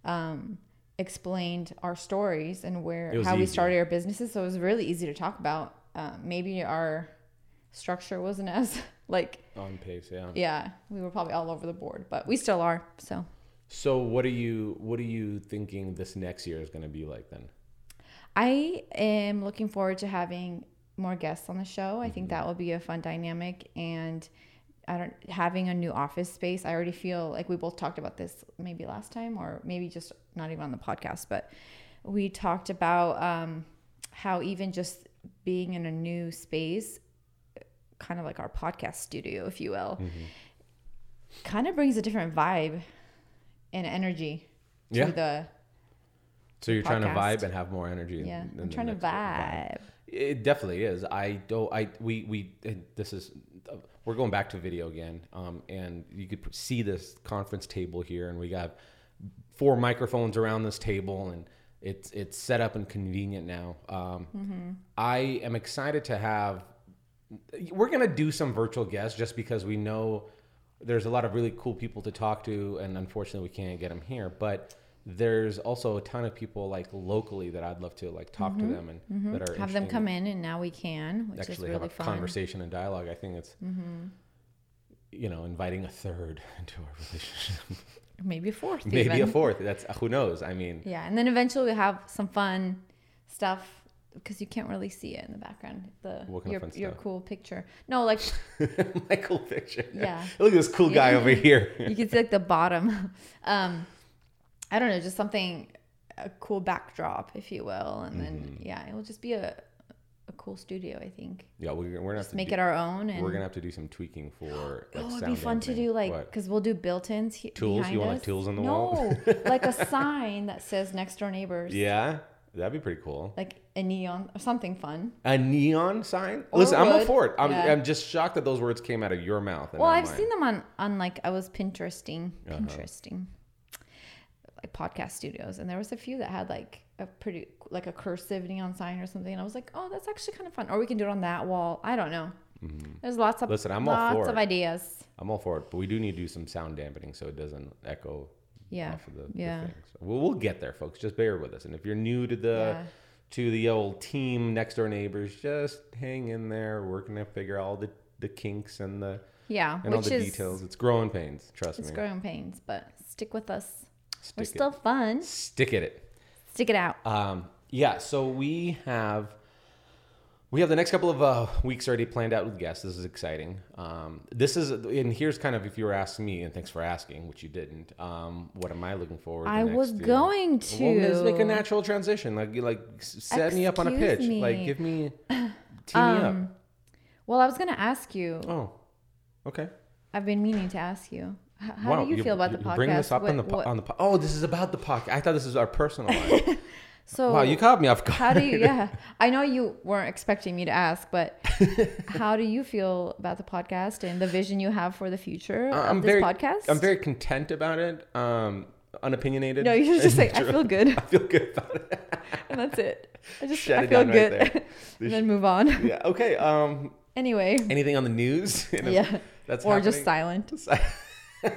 Speaker 2: um, explained our stories and where
Speaker 1: It was
Speaker 2: how we
Speaker 1: easy.
Speaker 2: started our businesses. So it was really easy to talk about. Um, maybe our structure wasn't as like
Speaker 1: on pace. Yeah.
Speaker 2: yeah we were probably all over the board, but we still are. So
Speaker 1: So what are you what are you thinking this next year is going to be like then?
Speaker 2: I am looking forward to having more guests on the show. I think
Speaker 1: Mm-hmm.
Speaker 2: that will be a fun dynamic and I don't having a new office space. I already feel like we both talked about this maybe last time or maybe just not even on the podcast, but we talked about um, how even just being in a new space kind of like our podcast studio, if you will,
Speaker 1: Mm-hmm.
Speaker 2: kind of brings a different vibe and energy to
Speaker 1: Yeah.
Speaker 2: the
Speaker 1: So you're trying to
Speaker 2: podcast.
Speaker 1: vibe and have more energy. in-
Speaker 2: yeah.
Speaker 1: in
Speaker 2: I'm
Speaker 1: the
Speaker 2: trying to
Speaker 1: next one.
Speaker 2: vibe.
Speaker 1: It definitely is. I don't. I we we. and This is. We're going back to video again. Um, and you could see this conference table here, and we got four microphones around this table, and it's it's set up and convenient now. Um,
Speaker 2: Mm-hmm.
Speaker 1: I am excited to have we're gonna do some virtual guests just because we know there's a lot of really cool people to talk to, and unfortunately we can't get them here. But there's also a ton of people like locally that I'd love to like talk to them and that are
Speaker 2: Mm-hmm. have them
Speaker 1: interesting.
Speaker 2: come in and now we can which is
Speaker 1: Actually,
Speaker 2: really
Speaker 1: have a
Speaker 2: fun Mm-hmm.
Speaker 1: conversation and dialogue. I think it's you know inviting a third into our relationship,
Speaker 2: maybe a fourth
Speaker 1: maybe
Speaker 2: even.
Speaker 1: a fourth. That's who knows. I mean,
Speaker 2: yeah and then eventually we have some fun stuff because you can't really see it in the background. The
Speaker 1: What kind of
Speaker 2: your
Speaker 1: fun
Speaker 2: your
Speaker 1: stuff?
Speaker 2: cool picture. No, like
Speaker 1: My cool picture.
Speaker 2: Yeah.
Speaker 1: Look at this cool guy
Speaker 2: Yeah.
Speaker 1: over here.
Speaker 2: you can see like the bottom. Um, I don't know, just something a cool backdrop, if you will, and then
Speaker 1: Mm-hmm.
Speaker 2: yeah, it will just be a a cool studio. I think
Speaker 1: yeah, we're, we're gonna have to
Speaker 2: make
Speaker 1: do,
Speaker 2: it our own, and
Speaker 1: We're gonna have to do some tweaking for. Like,
Speaker 2: oh, it'd be
Speaker 1: sound
Speaker 2: fun to
Speaker 1: dampening.
Speaker 2: do like
Speaker 1: What?
Speaker 2: because we'll do built-ins. He-
Speaker 1: Tools? You
Speaker 2: behind
Speaker 1: want, like,
Speaker 2: us.
Speaker 1: tools on the
Speaker 2: no,
Speaker 1: wall?
Speaker 2: like a sign that says next door neighbors.
Speaker 1: Yeah, that'd be pretty cool.
Speaker 2: Like a neon or something fun.
Speaker 1: A neon sign.
Speaker 2: Or
Speaker 1: Listen, I'm all
Speaker 2: wood.
Speaker 1: for it. I'm,
Speaker 2: Yeah.
Speaker 1: I'm just shocked that those words came out of your mouth. and
Speaker 2: Well,
Speaker 1: not
Speaker 2: I've
Speaker 1: mine.
Speaker 2: seen them on on like I was Pinteresting,
Speaker 1: Uh-huh.
Speaker 2: Pinteresting, like podcast studios, and there was a few that had like a pretty like a cursive neon sign or something, and I was like, oh, that's actually kind of fun. Or we can do it on that wall. I don't know. There's lots of
Speaker 1: Mm-hmm. Listen, I'm all
Speaker 2: lots
Speaker 1: for
Speaker 2: of
Speaker 1: it.
Speaker 2: ideas.
Speaker 1: I'm all for it, but we do need to do some sound dampening so it doesn't echo
Speaker 2: Yeah,
Speaker 1: off of the,
Speaker 2: yeah.
Speaker 1: the thing. So we'll, we'll get there, folks. Just bear with us. And if you're new to the
Speaker 2: Yeah.
Speaker 1: to the old team next door neighbors, just hang in there. We're gonna figure out all the the kinks and the
Speaker 2: yeah,
Speaker 1: and all
Speaker 2: which
Speaker 1: the
Speaker 2: is
Speaker 1: details. It's growing pains. Trust
Speaker 2: it's
Speaker 1: me.
Speaker 2: growing pains, but stick with us.
Speaker 1: Stick
Speaker 2: We're
Speaker 1: it.
Speaker 2: still fun.
Speaker 1: Stick at it.
Speaker 2: Stick it out.
Speaker 1: Um, yeah, so we have we have the next couple of uh, weeks already planned out with guests. This is exciting. Um, this is and here's kind of if you were asking me, and thanks for asking, which you didn't. Um, what am I looking forward? to
Speaker 2: I
Speaker 1: next
Speaker 2: was
Speaker 1: year?
Speaker 2: going to.
Speaker 1: Well, let's make a natural transition. Like, you- like s- set me up on a
Speaker 2: Excuse
Speaker 1: pitch. Like,
Speaker 2: me. Um,
Speaker 1: give me team me up.
Speaker 2: well, I was gonna ask you.
Speaker 1: Oh, okay.
Speaker 2: I've been meaning to ask you. H- How do you, feel about the podcast?
Speaker 1: Bring this up on the
Speaker 2: What-
Speaker 1: po-
Speaker 2: what-
Speaker 1: on the po- oh, this is about the podcast. I thought this was our personal. life.
Speaker 2: so
Speaker 1: wow, you caught me off guard.
Speaker 2: how do you? Yeah, I know you weren't expecting me to ask, but how do you feel about the podcast and the vision you have for the future
Speaker 1: I-
Speaker 2: of
Speaker 1: Uh, I'm
Speaker 2: this
Speaker 1: very,
Speaker 2: podcast?
Speaker 1: I'm very content about it. Um, unopinionated.
Speaker 2: No, you should just say I feel good,
Speaker 1: I feel good about it.
Speaker 2: and that's it. I just
Speaker 1: Shut
Speaker 2: I
Speaker 1: it
Speaker 2: feel
Speaker 1: down right
Speaker 2: good,
Speaker 1: there.
Speaker 2: and then move on.
Speaker 1: Yeah. Okay. Um,
Speaker 2: Anyway,
Speaker 1: anything on the news? You know,
Speaker 2: yeah,
Speaker 1: That's
Speaker 2: or just
Speaker 1: happening.
Speaker 2: silent,
Speaker 1: you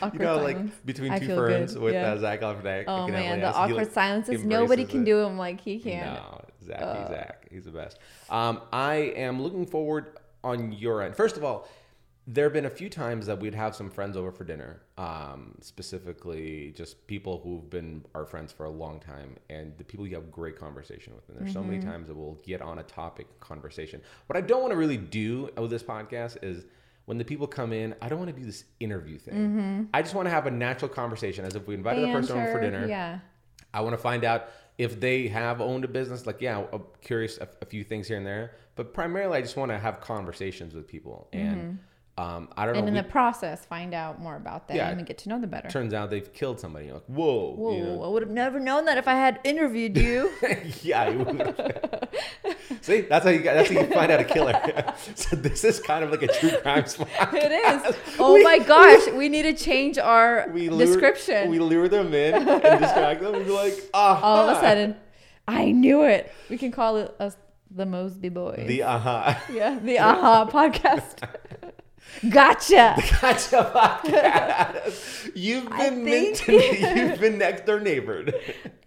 Speaker 2: awkward
Speaker 1: know,
Speaker 2: silence.
Speaker 1: like between
Speaker 2: I
Speaker 1: two
Speaker 2: feel
Speaker 1: ferns
Speaker 2: good,
Speaker 1: with
Speaker 2: yeah.
Speaker 1: uh, Zach Galifianakis.
Speaker 2: Oh man, the
Speaker 1: Galifianakis, he,
Speaker 2: awkward
Speaker 1: like,
Speaker 2: silences. Nobody
Speaker 1: embraces
Speaker 2: can
Speaker 1: it.
Speaker 2: do him like he can. Uh,
Speaker 1: No, Zach, Zach, he's the best. Um, I am looking forward on your end. First of all, there have been a few times that we'd have some friends over for dinner, um, specifically just people who've been our friends for a long time, and the people you have great conversation with. And there's so
Speaker 2: Mm-hmm.
Speaker 1: many times that we'll get on a topic conversation. What I don't want to really do with this podcast is. When the people come in, I don't want to do this interview thing. I just want to have a natural conversation as if we invited the person over for
Speaker 2: Mm-hmm. Banter,
Speaker 1: dinner.
Speaker 2: Yeah.
Speaker 1: I want to find out if they have owned a business. Like, yeah, I'm curious a, a few things here and there, but primarily I just want to have conversations with people. And um, I don't
Speaker 2: Mm-hmm. and in
Speaker 1: know.
Speaker 2: the process find out more about them
Speaker 1: Yeah.
Speaker 2: and get to know them better.
Speaker 1: it turns out they've killed somebody. You're like, whoa.
Speaker 2: Whoa,
Speaker 1: you know?
Speaker 2: I would have never known that if I had interviewed you.
Speaker 1: yeah. you would. See, that's how you got, that's how you find out a killer. so this is kind of like a true crime spot.
Speaker 2: it is. Oh
Speaker 1: We-
Speaker 2: my gosh, we need to change our
Speaker 1: We lure,
Speaker 2: description.
Speaker 1: We lure them in and distract them. and be like, ah.
Speaker 2: All of a sudden, I knew it. We can call it us the Mosby Boys.
Speaker 1: The aha. Uh-huh.
Speaker 2: yeah, the Aha podcast. gotcha.
Speaker 1: Gotcha podcast. You've been meant to you've been next door neighbored.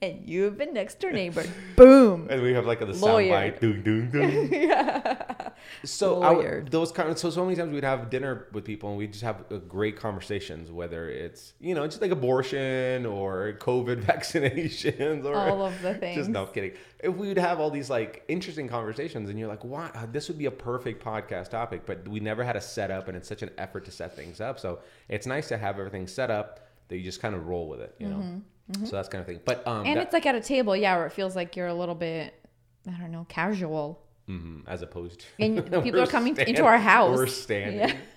Speaker 2: And you've been next door neighbor. Boom.
Speaker 1: And we have like the
Speaker 2: Lawyer.
Speaker 1: soundbite. Dun, dun, dun. So I would-
Speaker 2: Lawyered.
Speaker 1: those kind of, so so many times we'd have dinner with people and we just have uh, great conversations, whether it's you know just like abortion or COVID vaccinations or
Speaker 2: All of the things.
Speaker 1: Just no kidding. If we would have all these like interesting conversations, and you're like, "Why? uh, This would be a perfect podcast topic," but we never had a setup, and it's such an effort to set things up. So it's nice to have everything set up that you just kind of roll with it, you know. So that's kind of thing. But um,
Speaker 2: Mm-hmm. And
Speaker 1: that-
Speaker 2: it's like at a table, yeah, where it feels like you're a little bit, I don't know, casual.
Speaker 1: mhm, as opposed to
Speaker 2: And people
Speaker 1: We're
Speaker 2: are coming
Speaker 1: stand-
Speaker 2: into our house.
Speaker 1: we're standing.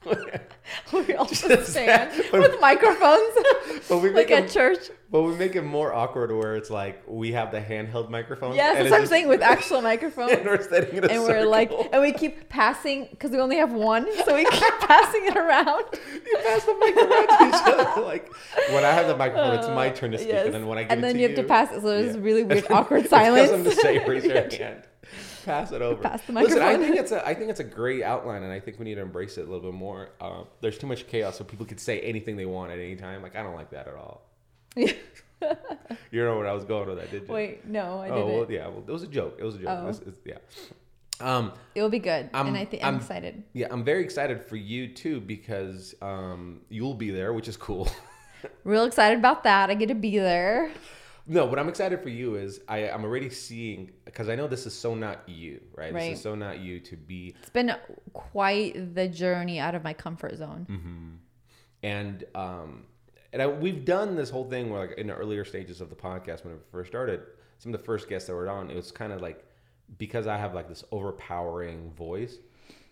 Speaker 2: Yeah. we all just
Speaker 1: Just
Speaker 2: stand
Speaker 1: that-
Speaker 2: with microphones
Speaker 1: But we
Speaker 2: like
Speaker 1: make
Speaker 2: at
Speaker 1: it,
Speaker 2: church.
Speaker 1: but we make it more awkward where it's like we have the handheld microphones.
Speaker 2: Yes,
Speaker 1: and
Speaker 2: that's
Speaker 1: it's
Speaker 2: what I'm
Speaker 1: just-
Speaker 2: saying with actual microphones.
Speaker 1: And we're sitting in a
Speaker 2: And we're like,
Speaker 1: circle.
Speaker 2: and we keep passing because we only have one, so we keep passing it around.
Speaker 1: you pass the mic around to each other. Like when I have the microphone, it's my turn to speak,
Speaker 2: Oh, Yes.
Speaker 1: and then when I give
Speaker 2: and
Speaker 1: it
Speaker 2: then
Speaker 1: to
Speaker 2: you have to pass it, so there's
Speaker 1: Yeah.
Speaker 2: really weird, awkward
Speaker 1: It's 'cause
Speaker 2: silence.
Speaker 1: I'm just saying, raise your
Speaker 2: Yeah.
Speaker 1: hand. Pass it over.
Speaker 2: Pass the
Speaker 1: Listen, I
Speaker 2: microphone.
Speaker 1: think it's a I think it's a great outline, and I think we need to embrace it a little bit more. Um, there's too much chaos, so people could say anything they want at any time. Like I don't like that at all. You know where I was going with that, did you?
Speaker 2: Wait, no, I
Speaker 1: oh
Speaker 2: didn't.
Speaker 1: well, yeah. Well, it was a joke. It was a joke.
Speaker 2: Oh.
Speaker 1: This is- yeah. Um,
Speaker 2: It'll be good,
Speaker 1: I'm-
Speaker 2: and I think I'm,
Speaker 1: I'm-
Speaker 2: excited.
Speaker 1: yeah, I'm very excited for you too because um, you'll be there, which is cool.
Speaker 2: Real excited about that. I get to be there.
Speaker 1: No, what I'm excited for you is I, I'm already seeing because I know this is so not you, right?
Speaker 2: Right.
Speaker 1: This is so not you to be,
Speaker 2: It's been quite the journey out of my comfort zone.
Speaker 1: Mm-hmm. and um, and I, we've done this whole thing where like in the earlier stages of the podcast when it first started, some of the first guests that were on, it was kind of like because I have like this overpowering voice,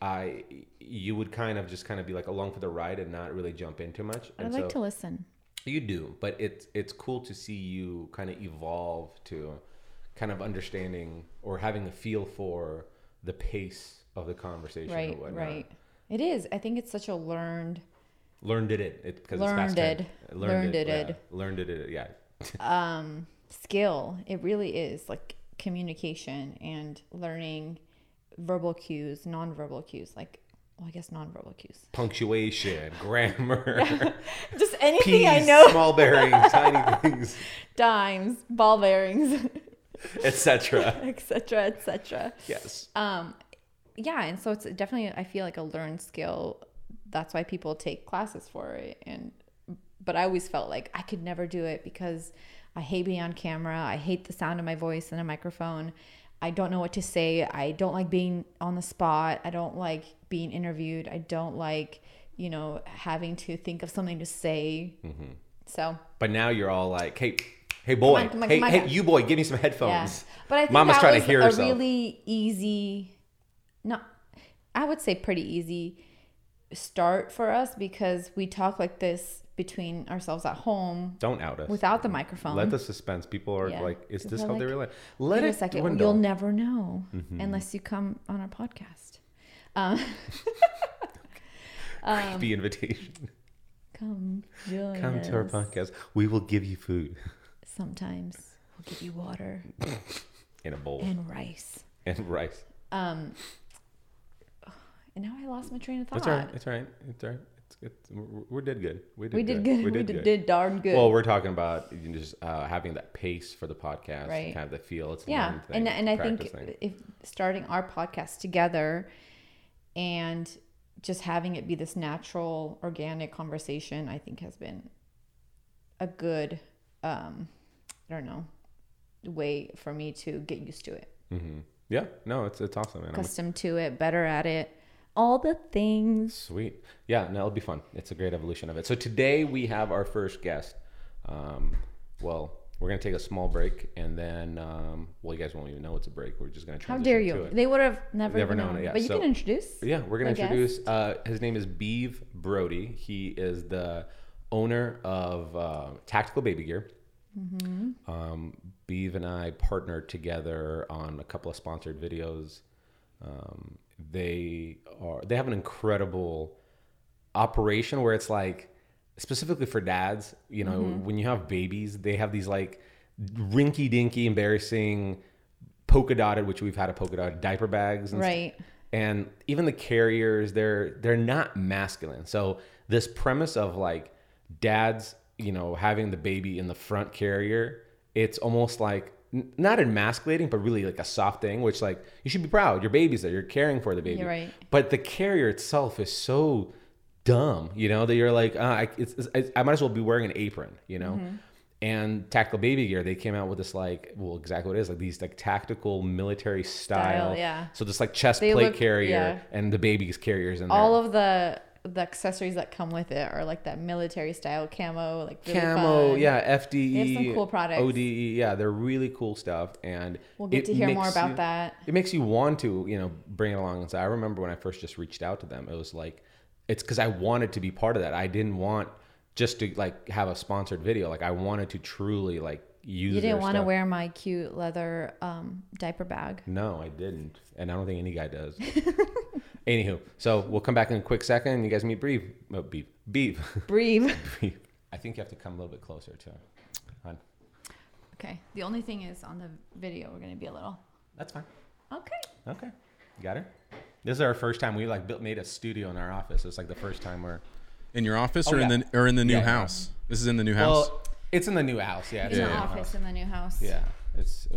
Speaker 1: I you would kind of just kind of be like along for the ride and not really jump in too much.
Speaker 2: I
Speaker 1: and
Speaker 2: like
Speaker 1: so,
Speaker 2: to listen.
Speaker 1: You do, but it's it's cool to see you kind of evolve to kind of understanding or having a feel for the pace of the conversation or
Speaker 2: Right,
Speaker 1: whatnot.
Speaker 2: right. It is. I think it's such a learned.
Speaker 1: Learned it it because it's past
Speaker 2: Learned
Speaker 1: tense.
Speaker 2: it. Learned it
Speaker 1: yeah.
Speaker 2: it.
Speaker 1: Learned it it yeah.
Speaker 2: um, skill. It really is like communication and learning verbal cues, nonverbal cues, like well, I guess nonverbal cues.
Speaker 1: Punctuation, grammar,
Speaker 2: Just anything
Speaker 1: peas,
Speaker 2: I know.
Speaker 1: small bearings, tiny things,
Speaker 2: Dimes, ball bearings,
Speaker 1: etc.
Speaker 2: etc., etc.
Speaker 1: Yes.
Speaker 2: Yeah, and so it's definitely I feel like a learned skill. That's why people take classes for it and but I always felt like I could never do it because I hate being on camera. I hate the sound of my voice in a microphone. I don't know what to say. I don't like being on the spot. I don't like being interviewed. I don't like, you know, having to think of something to say. So,
Speaker 1: but now you're all like, hey, hey boy,
Speaker 2: on, come on,
Speaker 1: hey,
Speaker 2: come on,
Speaker 1: hey,
Speaker 2: guys.
Speaker 1: you boy, give me some
Speaker 2: yeah.
Speaker 1: headphones.
Speaker 2: But I think
Speaker 1: Mama's
Speaker 2: that
Speaker 1: trying
Speaker 2: was
Speaker 1: to hear
Speaker 2: a
Speaker 1: herself.
Speaker 2: really easy, not, I would say pretty easy start for us because we talk like this between ourselves at home
Speaker 1: Don't out us.
Speaker 2: without the microphone.
Speaker 1: Let the suspense. People are
Speaker 2: Yeah.
Speaker 1: like, is this
Speaker 2: We're
Speaker 1: how they
Speaker 2: like,
Speaker 1: relate? Let
Speaker 2: Wait
Speaker 1: it
Speaker 2: a second.
Speaker 1: dwindle. Mm-hmm.
Speaker 2: You'll never know unless you come on our podcast. Um,
Speaker 1: creepy invitation.
Speaker 2: come join
Speaker 1: Come to our
Speaker 2: us.
Speaker 1: podcast. We will give you food
Speaker 2: Sometimes we'll give you water
Speaker 1: in a bowl
Speaker 2: and rice. Um,
Speaker 1: and rice.
Speaker 2: And now I lost my train of thought.
Speaker 1: It's all right. It's all right. It's all right. It's, it's, we're- we did good. We did,
Speaker 2: We did good. We did, did darn good.
Speaker 1: Well, we're talking about you know, just uh, having that pace for the podcast,
Speaker 2: Right.
Speaker 1: kind of the feel. It's a
Speaker 2: yeah,
Speaker 1: learned thing,
Speaker 2: and
Speaker 1: it's
Speaker 2: and
Speaker 1: a
Speaker 2: I think
Speaker 1: practice thing.
Speaker 2: if starting our podcast together, and just having it be this natural, organic conversation, I think has been a good, um, I don't know, way for me to get used to it,
Speaker 1: Mm-hmm. yeah, no, it's it's awesome, man. I'm
Speaker 2: accustomed to it, better at it, all the things.
Speaker 1: Sweet. Yeah, no, it'll be fun. It's a great evolution of it. So today we have our first guest. Um, well, we're gonna take a small break, and then um, well, you guys won't even know it's a break. We're just gonna
Speaker 2: How
Speaker 1: transition
Speaker 2: dare
Speaker 1: to
Speaker 2: you?
Speaker 1: it.
Speaker 2: They would have never,
Speaker 1: Never
Speaker 2: even
Speaker 1: known
Speaker 2: known.
Speaker 1: it, yeah,
Speaker 2: But you
Speaker 1: so-
Speaker 2: can introduce.
Speaker 1: Yeah, we're gonna
Speaker 2: I guess.
Speaker 1: introduce. Uh, his name is Beeve Brody. He is the owner of uh, Tactical Baby Gear. Um, Beeve and I partnered together on a couple of sponsored videos. Um, they are they have an incredible operation where it's like specifically for dads. You know, when you have babies, they have these like rinky dinky, embarrassing polka dotted, which we've had a polka dotted diaper bags, and stuff
Speaker 2: Right.
Speaker 1: and even the carriers they're they're not masculine so this premise of like dads you know having the baby in the front carrier it's almost like n- not emasculating but really like a soft thing which like you should be proud your baby's there you're caring for the baby
Speaker 2: You're right.
Speaker 1: but the carrier itself is so dumb you know that you're like ah, I, it's, it's, I might as well be wearing an apron you know
Speaker 2: Mm-hmm.
Speaker 1: and tactical baby gear they came out with this like well exactly what it is like these like tactical military style,
Speaker 2: Style, yeah.
Speaker 1: so just like chest
Speaker 2: They
Speaker 1: plate
Speaker 2: look-
Speaker 1: carrier
Speaker 2: yeah.
Speaker 1: and the baby's carriers in there.
Speaker 2: all of the the accessories that come with it are like that military style camo, like really
Speaker 1: camo,
Speaker 2: fun.
Speaker 1: yeah, E, FDE,
Speaker 2: They have some cool products.
Speaker 1: ODE, E, yeah, they're really cool stuff, and
Speaker 2: We'll get
Speaker 1: it
Speaker 2: to hear more
Speaker 1: makes
Speaker 2: about
Speaker 1: you-
Speaker 2: that.
Speaker 1: It makes you want to, you know, bring it along. And so I remember when I first just reached out to them, it was like, it's because I wanted to be part of that. I didn't want just to like have a sponsored video. Like I wanted to truly like use.
Speaker 2: You didn't
Speaker 1: want
Speaker 2: want to wear my cute leather um, diaper bag.
Speaker 1: No, I didn't, and I don't think any guy does. Anywho, so we'll come back in a quick second. You guys meet Beef. Oh, Beef. Beef.
Speaker 2: Breathe.
Speaker 1: I think you have to come a little bit closer to hon.
Speaker 2: okay. The only thing is on the video we're gonna be a little.
Speaker 1: That's fine.
Speaker 2: Okay.
Speaker 1: Okay. Got her? This is our first time. We like built made a studio in our office. It's like the first time we're
Speaker 3: In your office
Speaker 1: Oh,
Speaker 3: or in
Speaker 1: yeah.
Speaker 3: the or in the new
Speaker 1: Yeah, yeah.
Speaker 3: house? This is in the new house.
Speaker 1: Well, it's in the new house. Yeah.
Speaker 2: In
Speaker 1: It's
Speaker 2: the
Speaker 1: new
Speaker 2: office
Speaker 1: house.
Speaker 2: in the new house.
Speaker 1: Yeah. It's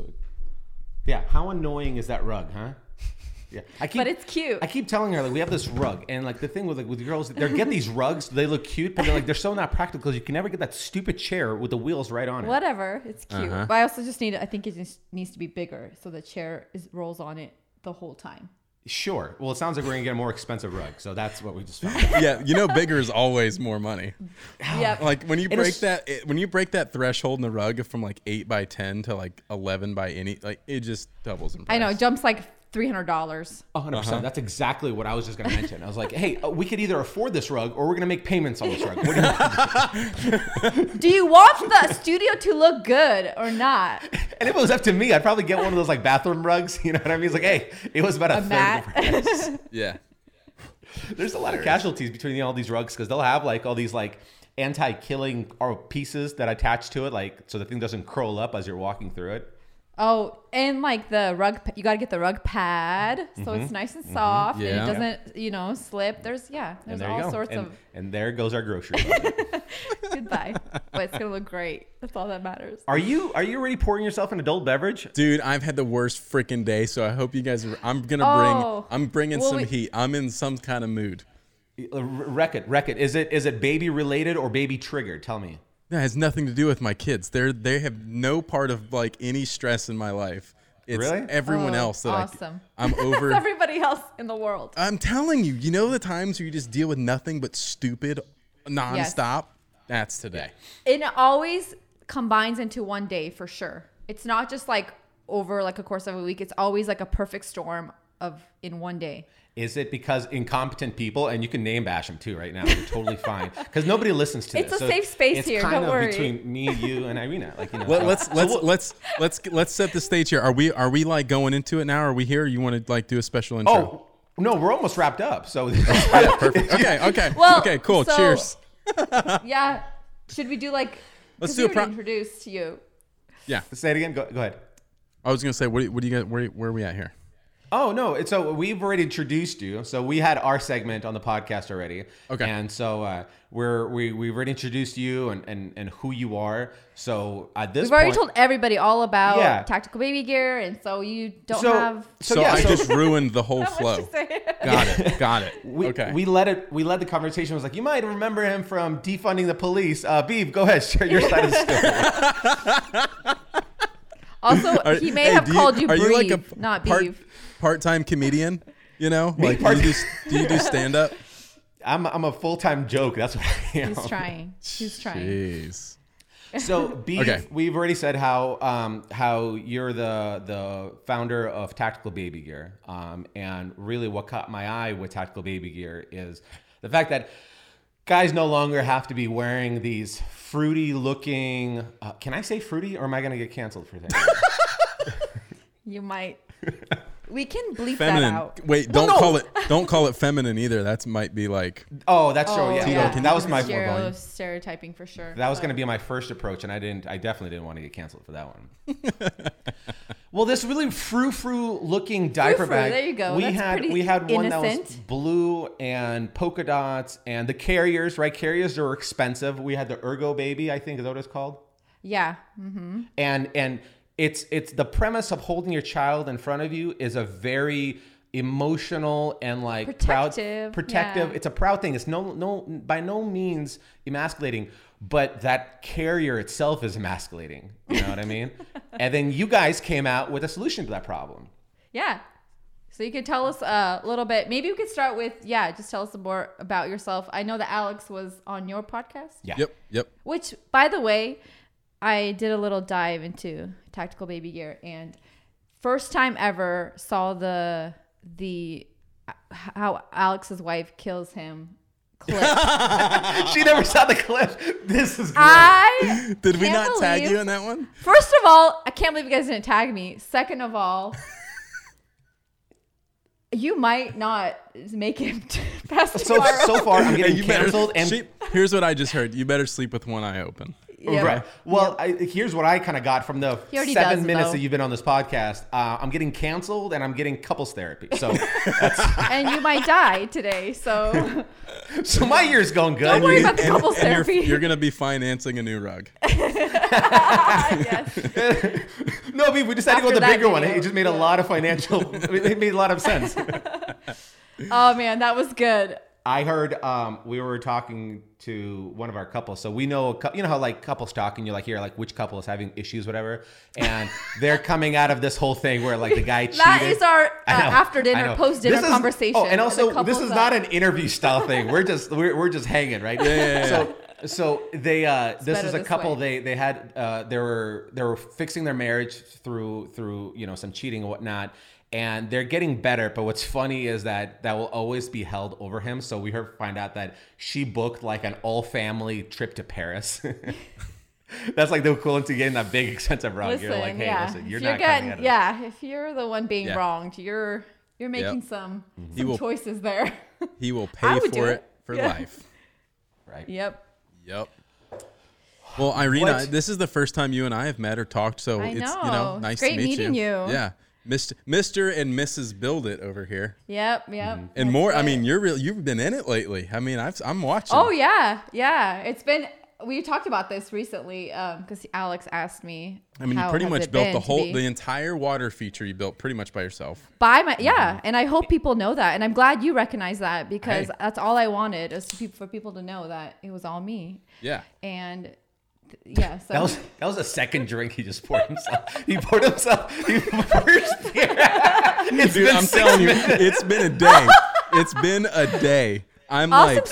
Speaker 1: Yeah, how annoying is that rug, huh? Yeah, I keep,
Speaker 2: But it's cute.
Speaker 1: I keep telling her like we have this rug, and like the thing with like with girls, they get these rugs, they look cute, but they're like they're so not practical. 'cause You can never get that stupid chair with the wheels right on it.
Speaker 2: Whatever, it's cute.
Speaker 3: Uh-huh.
Speaker 2: But I also just need. I think it just needs to be bigger so the chair is rolls on it the whole time.
Speaker 1: Sure. Well, it sounds like we're gonna get a more expensive rug, so that's what we just found. out.
Speaker 3: yeah, you know, bigger is always more money.
Speaker 1: Oh,
Speaker 2: yep.
Speaker 3: Like when you
Speaker 1: And
Speaker 3: break
Speaker 1: it's-
Speaker 3: that, it, when you break that threshold in the rug from like eight by ten to like eleven by any, like it just doubles in price.
Speaker 2: I know. it Jumps like three hundred dollars.
Speaker 1: 100.
Speaker 2: Uh-huh.
Speaker 1: percent That's exactly what I was just gonna mention. I was like, hey, uh, we could either afford this rug or we're gonna make payments on this rug. What do you
Speaker 2: Do you want the studio to look good or not?
Speaker 1: And if it was up to me, I'd probably get one of those like bathroom rugs. You know what I mean? It's like, hey, it was about a, third.
Speaker 2: mat?
Speaker 1: of the price.
Speaker 3: Yeah.
Speaker 1: There's a lot of casualties between all these rugs because they'll have like all these like anti-killing or pieces that attach to it, like so the thing doesn't curl up as you're walking through it.
Speaker 2: Oh, and like the rug, pa- you got to get the rug pad so
Speaker 1: Mm-hmm.
Speaker 2: it's nice and soft
Speaker 3: Yeah.
Speaker 2: and it doesn't, you know, slip. There's yeah,
Speaker 1: And
Speaker 2: there's
Speaker 1: there you
Speaker 2: all
Speaker 1: go.
Speaker 2: sorts
Speaker 1: and,
Speaker 2: of
Speaker 1: and there goes our grocery. budget.
Speaker 2: goodbye, but it's gonna look great. That's all that matters.
Speaker 1: are you are you already pouring yourself an adult beverage?
Speaker 3: Dude, I've had the worst freaking day, so I hope you guys. Are, I'm gonna
Speaker 2: Oh.
Speaker 3: bring. I'm bringing
Speaker 2: Well,
Speaker 3: some
Speaker 2: we-
Speaker 3: heat. I'm in some kind of mood.
Speaker 1: Uh, Wreck it, wreck it. Is it is it baby related or baby triggered? Tell me.
Speaker 3: That has nothing to do with my kids. They're they have no part of like any stress in my life. It's
Speaker 1: Really?
Speaker 3: everyone
Speaker 2: Oh,
Speaker 3: else that
Speaker 2: awesome.
Speaker 3: I, I'm over.
Speaker 2: Everybody else in the world.
Speaker 3: I'm telling you, you know the times where you just deal with nothing but stupid nonstop. That's today.
Speaker 2: It always combines into one day for sure. It's not just like over like a course of a week. It's always like a perfect storm of in one day.
Speaker 1: Is it because incompetent people, and you can name bash them too right now. You're totally fine because nobody listens to
Speaker 2: It's
Speaker 1: this.
Speaker 2: a safe space
Speaker 1: it's
Speaker 2: here,
Speaker 1: Kind
Speaker 2: don't
Speaker 1: of
Speaker 2: worry.
Speaker 1: Between me, you, and Irina, like you know.
Speaker 3: Let,
Speaker 1: so-
Speaker 3: let's let's let's let's let's set the stage here. Are we are we like going into it now? Are we here? Or you want to like do a special intro?
Speaker 1: Oh no, we're almost wrapped up. So
Speaker 3: yeah, perfect. Okay, okay,
Speaker 2: Well,
Speaker 3: okay, cool.
Speaker 2: so-
Speaker 3: Cheers.
Speaker 2: Yeah. Should we do like?
Speaker 3: Let's
Speaker 2: 'cause
Speaker 3: do
Speaker 2: we
Speaker 3: a pro-
Speaker 2: already introduced you.
Speaker 3: Yeah,
Speaker 1: say it again. Go, go ahead.
Speaker 3: I was gonna say, what do, what do you got? Where where are we at here?
Speaker 1: Oh no! It's, so we've already introduced you. So we had our segment on the podcast already.
Speaker 3: Okay.
Speaker 1: And so uh, we're we we've already introduced you and and, and who you are. So at this
Speaker 2: We've already
Speaker 1: point,
Speaker 2: told everybody all about
Speaker 1: Yeah.
Speaker 2: tactical baby gear, and so you don't
Speaker 1: so,
Speaker 2: have.
Speaker 1: so,
Speaker 3: So,
Speaker 1: yeah,
Speaker 3: I
Speaker 1: so
Speaker 3: just ruined the whole
Speaker 2: that much to
Speaker 3: flow.
Speaker 2: say.
Speaker 3: Got it. Got it.
Speaker 1: we,
Speaker 3: okay.
Speaker 1: we led it. We led the conversation. It was like you might remember him from defunding the police. Uh, Beeb, go ahead, share your side of the story.
Speaker 2: Also,
Speaker 3: Are-
Speaker 2: he may
Speaker 3: hey,
Speaker 2: have
Speaker 3: do you-
Speaker 2: called you
Speaker 3: are
Speaker 2: Breve,
Speaker 3: p-
Speaker 2: not
Speaker 3: part,
Speaker 2: Beeve.
Speaker 3: Part-time comedian, you know? Like
Speaker 1: part-
Speaker 3: do you do, do you do stand up?
Speaker 1: I'm I'm a full time joke. That's what I am.
Speaker 3: Oh.
Speaker 2: He's trying. He's trying.
Speaker 3: Jeez.
Speaker 1: So, Beef,
Speaker 3: Okay.
Speaker 1: we've already said how um, how you're the the founder of Tactical Baby Gear, um, and really what caught my eye with Tactical Baby Gear is the fact that guys no longer have to be wearing these fruity looking. Uh, can I say fruity, or am I going to get canceled for that?
Speaker 2: You might. We can bleep that
Speaker 3: Feminine.
Speaker 2: out.
Speaker 3: Wait,
Speaker 1: Well,
Speaker 3: don't
Speaker 1: no.
Speaker 3: call it don't call it feminine either. That's might be like
Speaker 1: oh, that's true. Yeah,
Speaker 3: yeah.
Speaker 1: that was my
Speaker 2: Stereo-
Speaker 3: volume.
Speaker 2: stereotyping for sure.
Speaker 1: That was going to be my first approach, and I didn't. I definitely didn't want to get canceled for that one. well, this really frou frou looking diaper
Speaker 2: Frou-frou,
Speaker 1: bag.
Speaker 2: there you go.
Speaker 1: We
Speaker 2: That's
Speaker 1: had
Speaker 2: pretty
Speaker 1: we had one that was
Speaker 2: innocent.
Speaker 1: blue and polka dots, and the carriers. Right, carriers are expensive. We had the Ergo Baby, I think is that what it's called,
Speaker 2: Yeah. Mm,
Speaker 1: and and it's it's the premise of holding your child in front of you is a very emotional and like proud
Speaker 2: Protective,
Speaker 1: protective
Speaker 2: yeah.
Speaker 1: it's a proud thing. It's no, no, by no means emasculating, but that carrier itself is emasculating. You know what I mean? and then you guys came out with a solution to that problem.
Speaker 2: Yeah. So you could tell us a little bit. Maybe we could start with yeah. Just tell us more about yourself. I know that Alex was on your podcast.
Speaker 1: Yeah.
Speaker 3: Yep, yep.
Speaker 2: Which, by the way, I did a little dive into tactical baby gear, and first time ever saw the the how Alex's wife kills him. Clip.
Speaker 1: she never saw the clip. This is great.
Speaker 2: Ah, I
Speaker 3: Did we
Speaker 2: Can't
Speaker 3: not tag
Speaker 2: believe-
Speaker 3: you in that one?
Speaker 2: first of all, I can't believe you guys didn't tag me. Second of all. You might not make it past
Speaker 1: so
Speaker 2: tomorrow.
Speaker 1: so far I'm
Speaker 3: Hey,
Speaker 1: getting
Speaker 3: you better
Speaker 1: canceled and
Speaker 3: she- Here's what I just heard. You better sleep with one eye open.
Speaker 2: Yeah.
Speaker 1: Right. Well, I, here's what I kind of got from the
Speaker 4: He already
Speaker 1: seven
Speaker 4: does,
Speaker 1: minutes
Speaker 4: though.
Speaker 1: that you've been on this podcast. Uh, I'm getting canceled and I'm getting couples therapy. So,
Speaker 4: and you might die today. So
Speaker 1: so my year's going good.
Speaker 4: don't worry about the couples
Speaker 3: And
Speaker 4: therapy.
Speaker 3: You're, you're gonna be financing a new rug.
Speaker 4: yes.
Speaker 1: no, we, we decided to
Speaker 4: After
Speaker 1: go with the
Speaker 4: that
Speaker 1: bigger one.
Speaker 4: video.
Speaker 1: It just made a lot of financial. it made a lot of sense.
Speaker 4: Oh man, that was good.
Speaker 1: I heard um, we were talking to one of our couples, so we know a cou- you know how like couples talk, and you like hear like which couple is having issues, whatever, and they're coming out of this whole thing where like the guy cheated.
Speaker 4: That is our uh,
Speaker 1: I know,
Speaker 4: after
Speaker 1: I
Speaker 4: dinner,
Speaker 1: know.
Speaker 4: post dinner
Speaker 1: This is-
Speaker 4: conversation.
Speaker 1: Oh, and
Speaker 4: The
Speaker 1: also this
Speaker 4: couples
Speaker 1: is
Speaker 4: are-
Speaker 1: not an interview style thing. We're just we're, we're just hanging, right?
Speaker 3: yeah,
Speaker 1: so so they uh, this
Speaker 4: better
Speaker 1: is a
Speaker 4: this
Speaker 1: couple
Speaker 4: way.
Speaker 1: they they had uh, they were they were fixing their marriage through through you know some cheating and whatnot and they're getting better but what's funny is that that will always be held over him so we heard find out that she booked like an all family trip to paris that's like the equivalent to getting that big expensive rug
Speaker 4: Listen,
Speaker 1: you're like hey
Speaker 4: yeah.
Speaker 1: listen you're
Speaker 4: if
Speaker 1: not
Speaker 4: you're
Speaker 1: getting
Speaker 4: getting,
Speaker 1: out of this.
Speaker 4: yeah. If you're the one being
Speaker 3: Yeah.
Speaker 4: wronged, you're you're making
Speaker 3: Yep.
Speaker 4: some,
Speaker 3: He
Speaker 1: Mm-hmm.
Speaker 4: some
Speaker 3: will-
Speaker 4: choices there.
Speaker 3: He will
Speaker 4: I
Speaker 3: pay
Speaker 4: would do
Speaker 3: for it,
Speaker 4: it.
Speaker 3: for
Speaker 4: Yeah.
Speaker 3: life.
Speaker 1: right
Speaker 4: yep.
Speaker 3: Yep. Well, Irina,
Speaker 1: What?
Speaker 3: this is the first time you and I have met or talked, so
Speaker 4: I
Speaker 3: it's you
Speaker 4: know.
Speaker 3: know
Speaker 4: It's
Speaker 3: nice
Speaker 4: great
Speaker 3: to meet
Speaker 4: meeting you.
Speaker 3: you. Yeah, Mr. Mr. and Mrs. Build It over here,
Speaker 4: Yep. Yep.
Speaker 1: Mm-hmm.
Speaker 3: and
Speaker 4: That's
Speaker 3: more. I
Speaker 4: it.
Speaker 3: mean, you're real. You've been in it lately. I mean, I've, I'm watching.
Speaker 4: Oh yeah, yeah. It's been we talked about this recently because Alex asked me.
Speaker 3: I mean, you
Speaker 4: how
Speaker 3: pretty
Speaker 4: has
Speaker 3: much
Speaker 4: it
Speaker 3: built
Speaker 4: been
Speaker 3: the
Speaker 4: to
Speaker 3: whole,
Speaker 4: be
Speaker 3: the entire water feature. You built pretty much by yourself.
Speaker 4: by my yeah,
Speaker 1: Mm-hmm.
Speaker 4: and I hope people know that, and I'm glad you recognize that because
Speaker 3: Hey.
Speaker 4: that's all I wanted is to peop for people to know that it was all me,
Speaker 3: Yeah.
Speaker 4: and th- yeah. So
Speaker 1: That was that was the second drink he just poured himself. He poured himself the first beer. It's
Speaker 3: Dude,
Speaker 1: been
Speaker 3: I'm
Speaker 1: six
Speaker 3: telling you,
Speaker 1: minutes.
Speaker 3: it's been a day. It's been a day. I'm like,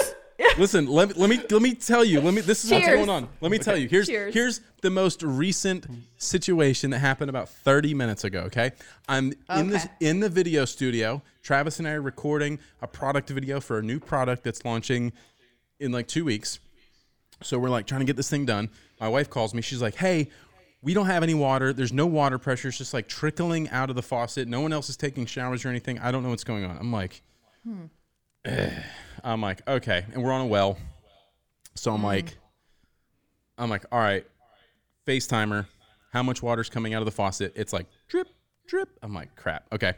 Speaker 3: listen, let me, let me let me tell you. Let me. This is what's
Speaker 4: Cheers.
Speaker 3: going on. Let me tell you. Here's
Speaker 4: Cheers.
Speaker 3: here's the most recent situation that happened about 30 minutes ago. Okay, I'm in this
Speaker 4: Okay.
Speaker 3: in the video studio. Travis and I are recording a product video for a new product that's launching in like two weeks. So we're like trying to get this thing done. My wife calls me. She's like, "Hey, we don't have any water. There's no water pressure. It's just like trickling out of the faucet. No one else is taking showers or anything. I don't know what's going on." I'm like, "I'm like, okay." And we're on a well, so I'm like, "I'm like, all right." FaceTimer, how much water's coming out of the faucet? It's like drip, drip. I'm like, crap. Okay.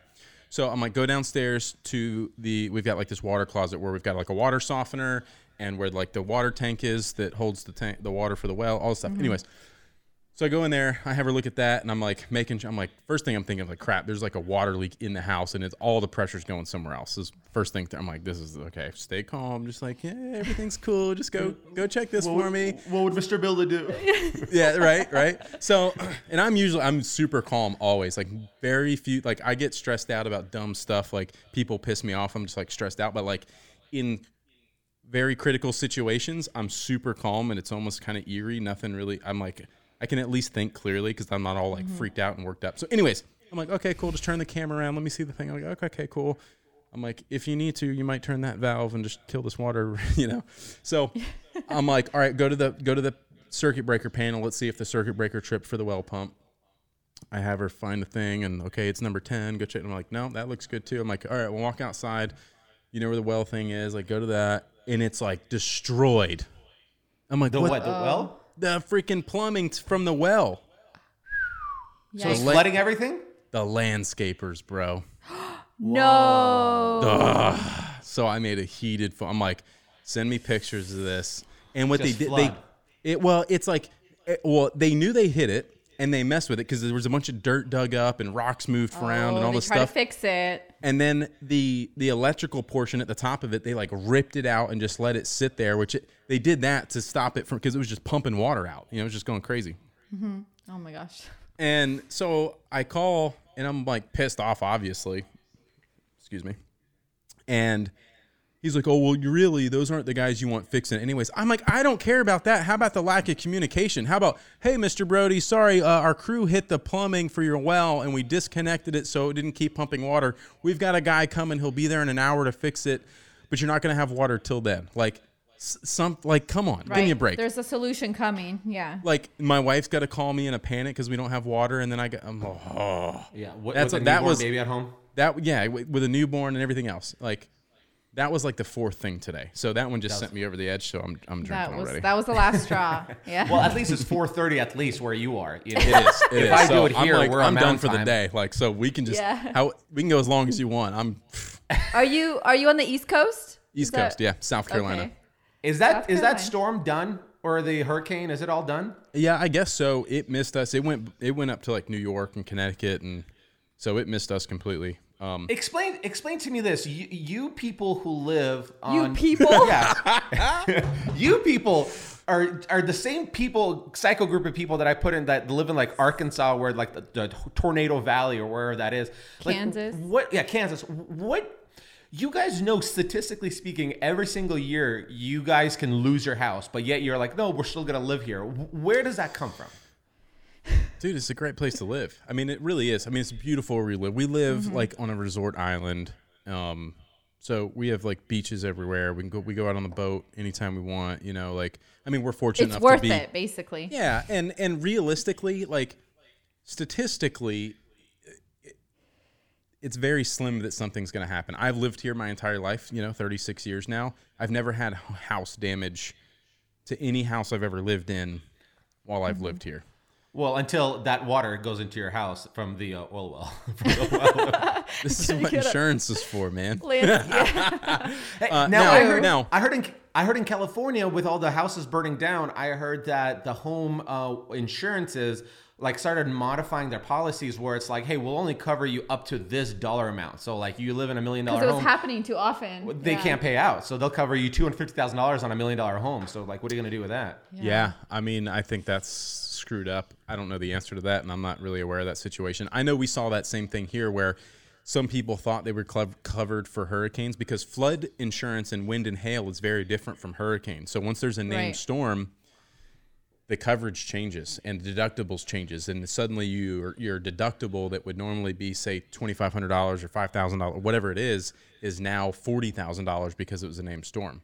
Speaker 3: So I'm like, go downstairs to the, we've got like this water closet where we've got like a water softener and where like the water tank is that holds the tank, the water for the well, all this stuff. Anyways, so I go in there, I have her look at that, and I'm like making. I'm like, first thing I'm thinking, like, crap, there's like a water leak in the house, and it's all the pressure's going somewhere else. This is first thing, I'm like, this is okay. Stay calm, just like, yeah, everything's cool. Just go, go check this for me.
Speaker 1: What would Mr. Builder do?
Speaker 3: yeah, right, right. So, and I'm usually I'm super calm always. Like very few. Like I get stressed out about dumb stuff. Like people piss me off. I'm just like stressed out. But like in very critical situations, I'm super calm and it's almost kind of eerie. Nothing really. I'm like I can at least think clearly because I'm not all like freaked out and worked up. So, anyways, I'm like okay, cool. Just turn the camera around. Let me see the thing. I'm like okay, okay, cool. I'm like, if you need to, you might turn that valve and just kill this water, you know. So I'm like, all right, go to the go to the circuit breaker panel. Let's see if the circuit breaker tripped for the well pump. I have her find the thing and okay, it's number 10. Go check. And I'm like, no, that looks good too. I'm like, all right, we'll walk outside. You know where the well thing is. Like, go to that. And it's like destroyed. I'm like,
Speaker 1: The
Speaker 3: what?
Speaker 1: what? The well?
Speaker 3: The freaking plumbing t- from the well.
Speaker 4: yikes.
Speaker 3: So-
Speaker 1: Flooding everything?
Speaker 3: The landscapers, bro.
Speaker 4: no,
Speaker 3: So I made a heated phone. I'm like, send me pictures of this. And what
Speaker 1: Just
Speaker 3: they did,
Speaker 1: flood.
Speaker 3: they, it, well, it's like, it- well, they knew they hit it and they messed with it because there was a bunch of dirt dug up and rocks moved around and all
Speaker 4: Oh, they
Speaker 3: this
Speaker 4: try
Speaker 3: stuff.
Speaker 4: to fix it.
Speaker 3: and then the the electrical portion at the top of it, they like ripped it out and just let it sit there, which it, they did that to stop it from because it was just pumping water out. You know, it was just going crazy.
Speaker 4: Oh my gosh.
Speaker 3: And so I call and I'm like pissed off, obviously. Excuse me. And he's like, Oh, well, you really, those aren't the guys you want fixing. it." Anyways, I'm like, I don't care about that. How about the lack of communication? How about, Hey, Mr. Brody, sorry, uh, our crew hit the plumbing for your well and we disconnected it so it didn't keep pumping water. We've got a guy coming. He'll be there in an hour to fix it, but you're not going to have water till then. Like, s- some, like, come on, give me a
Speaker 4: Right.
Speaker 3: break
Speaker 4: There's a solution coming. Yeah.
Speaker 3: like my wife's got to call me in a panic because we don't have water, and then I got I'm, oh
Speaker 1: Yeah. What,
Speaker 3: That's
Speaker 1: with
Speaker 3: what-
Speaker 1: a
Speaker 3: that
Speaker 1: newborn
Speaker 3: was-
Speaker 1: baby at home.
Speaker 3: that yeah wi- with a newborn and everything else like That was like the fourth thing today. So that one just sent me over the edge. So I'm I'm drinking
Speaker 2: That was
Speaker 3: already.
Speaker 2: that was the last straw. Yeah.
Speaker 1: Well, at least it's 4:30 at least where you are. You know?
Speaker 3: It is. It
Speaker 1: If
Speaker 3: is.
Speaker 1: I do
Speaker 3: So
Speaker 1: it here,
Speaker 3: I'm, like,
Speaker 1: we're on
Speaker 3: I'm done
Speaker 1: mountain
Speaker 3: for the
Speaker 1: time.
Speaker 3: day. Like so, we can just
Speaker 2: Yeah.
Speaker 3: how we can go as long as you want. I'm
Speaker 2: Are you are you on the East Coast? Is
Speaker 3: East
Speaker 2: that-
Speaker 3: Coast, yeah, South Carolina.
Speaker 2: Okay.
Speaker 1: Is that
Speaker 2: South
Speaker 1: is that
Speaker 2: Carolina.
Speaker 1: storm done or the hurricane? Is it all done?
Speaker 3: Yeah, I guess so. It missed us. It went it went up to like New York and Connecticut, and so it missed us completely. Um,
Speaker 1: Explain explain to me this. You, you people who live
Speaker 2: You
Speaker 1: on
Speaker 2: people?
Speaker 1: yeah, you people are are the same people cycle group of people that I put in that live in like Arkansas, where like the, the tornado valley or wherever that is. Like,
Speaker 2: Kansas.
Speaker 1: What? Yeah, Kansas. What? You guys know, statistically speaking, every single year you guys can lose your house, but yet you're like, no, we're still gonna live here. Wh- Where does that come from?
Speaker 3: dude, it's a great place to live. I mean, it really is. I mean, it's beautiful where we live. We live
Speaker 2: Mm-hmm.
Speaker 3: like on a resort island. Um, so we have like beaches everywhere. We can go. We go out on the boat anytime we want. You know, like I mean, we're fortunate
Speaker 2: It's
Speaker 3: enough
Speaker 2: worth
Speaker 3: to be.
Speaker 2: it, basically.
Speaker 3: Yeah, and and realistically, like statistically, it- it's very slim that something's going to happen. I've lived here my entire life, you know, 36 years now. I've never had h- house damage to any house I've ever lived in while
Speaker 2: Mm-hmm.
Speaker 3: I've lived here.
Speaker 1: Well, until that water goes into your house from the uh, oil well.
Speaker 3: This is what insurance is for, man.
Speaker 2: Lance, yeah.
Speaker 1: Hey,
Speaker 3: Uh,
Speaker 1: now,
Speaker 3: now-
Speaker 1: I heard.
Speaker 3: now-
Speaker 1: I heard in I heard in California with all the houses burning down. I heard that the home uh, insurances like started modifying their policies where it's like, hey, we'll only cover you up to this dollar amount. So like, you live in a million dollar
Speaker 2: Because it was
Speaker 1: home.
Speaker 2: happening too often.
Speaker 1: They
Speaker 2: Yeah.
Speaker 1: can't pay out, so they'll cover you two hundred fifty thousand dollars on a million dollar home. So like, what are you gonna do with that?
Speaker 3: Yeah. I mean, I think that's screwed up. I don't know the answer to that, and I'm not really aware of that situation. I know we saw that same thing here where some people thought they were clev- covered for hurricanes because flood insurance and wind and hail is very different from hurricanes. So once there's a named
Speaker 2: Right.
Speaker 3: storm, the coverage changes and deductibles changes, and suddenly your your deductible that would normally be say twenty five hundred dollars or five thousand dollars, whatever it is, is now forty thousand dollars because it was a named storm.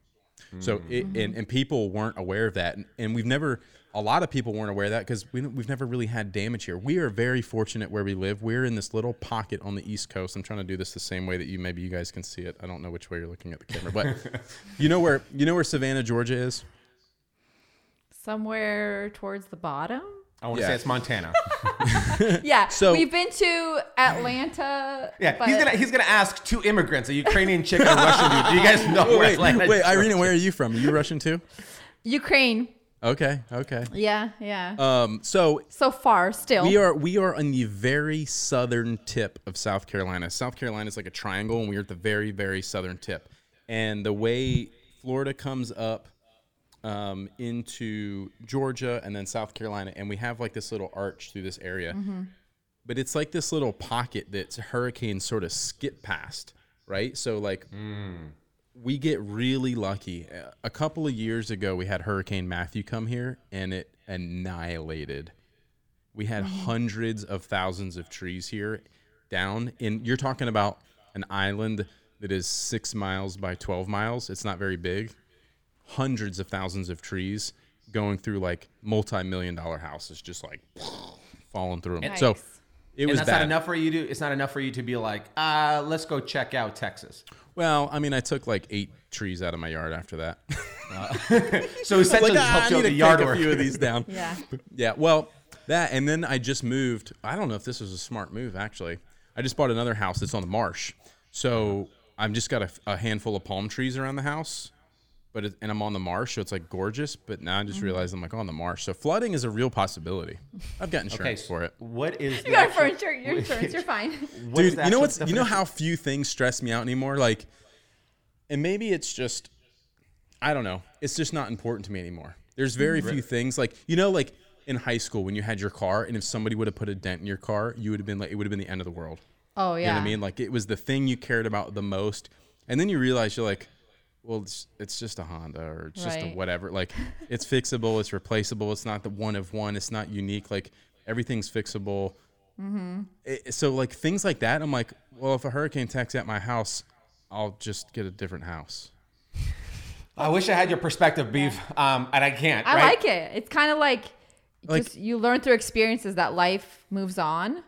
Speaker 3: So it, and, and people weren't aware of that, and, and we've never a lot of people weren't aware of that because we, don't- we've never really had damage here. We are very fortunate where we live. We're in this little pocket on the East Coast. I'm trying to do this the same way that you maybe you guys can see it. I don't know which way you're looking at the camera, but you know where you know where Savannah, Georgia is.
Speaker 5: Somewhere towards the bottom.
Speaker 1: I want to
Speaker 3: Yeah.
Speaker 1: say it's Montana.
Speaker 2: Yeah.
Speaker 3: So-
Speaker 2: we've been to Atlanta.
Speaker 1: yeah,
Speaker 2: but
Speaker 1: he's gonna he's gonna ask two immigrants, a Ukrainian chick and a Russian dude. Do you guys know where
Speaker 3: Wait,
Speaker 1: Atlanta?
Speaker 3: wait, Irina, where are you from? Are you Russian too?
Speaker 2: Ukraine.
Speaker 3: Okay, okay.
Speaker 2: Yeah, yeah.
Speaker 3: Um, so
Speaker 2: so far, still.
Speaker 3: we are we are on the very southern tip of South Carolina. South Carolina is like a triangle, and we are at the very very southern tip. And the way Florida comes up um, into Georgia and then South Carolina, and we have like this little arch through this area. But it's like this little pocket that hurricanes sort of skip past, right? So like we get really lucky. A couple of years ago, we had Hurricane Matthew come here, and it annihilated. We had hundreds of thousands of trees here down. And you're talking about an island that is six miles by 12 miles. It's not very big. Hundreds of thousands of trees going through like multi million dollar houses, just like falling through them. So
Speaker 2: Yikes.
Speaker 3: it
Speaker 1: And
Speaker 3: was
Speaker 1: that's
Speaker 3: bad.
Speaker 1: not enough for you to. It's not enough for you to be like, uh, let's go check out Texas.
Speaker 3: Well, I mean, I took like eight trees out of my yard after that.
Speaker 1: So essentially,
Speaker 3: like,
Speaker 1: like,
Speaker 3: "Ah,
Speaker 1: helps you
Speaker 3: I need
Speaker 1: with
Speaker 3: to
Speaker 1: the yard
Speaker 3: take a
Speaker 1: work.
Speaker 3: few of these down.
Speaker 2: yeah.
Speaker 3: Yeah, well, that and then I just moved. I don't know if this was a smart move actually. I just bought another house that's on the marsh, so I've just got a, a handful of palm trees around the house, but it, and I'm on the marsh, so it's like gorgeous. But now I just realized I'm like on the marsh, so flooding is a real possibility. I've got insurance for it.
Speaker 1: What is the
Speaker 2: You got
Speaker 1: actual-
Speaker 2: furniture, your insurance, you're fine.
Speaker 1: what is
Speaker 3: Dude,
Speaker 1: the
Speaker 3: you
Speaker 1: actual
Speaker 3: know what's you know
Speaker 1: definition?
Speaker 3: how few things stress me out anymore. Like, and maybe it's just, I don't know. It's just not important to me anymore. There's very few things like you know, like in high school when you had your car, and if somebody would have put a dent in your car, you would have been like, it would have been the end of the world.
Speaker 2: Oh, yeah.
Speaker 3: You know what I mean? Like it was the thing you cared about the most, and then you realize you're like, well, it's, it's just a Honda or it's just a
Speaker 2: Right.
Speaker 3: whatever. Like it's fixable, it's replaceable, it's not the one of one, it's not unique. Like everything's fixable.
Speaker 2: Mm-hmm.
Speaker 3: It- so like things like that, I'm like, well, if a hurricane attacks at my house, I'll just get a different house.
Speaker 1: I wish I had your perspective, beef, um, and I can't.
Speaker 2: I
Speaker 1: right?
Speaker 2: like it. It's kind of like,
Speaker 3: Like-
Speaker 2: just you learn through experiences that life moves on.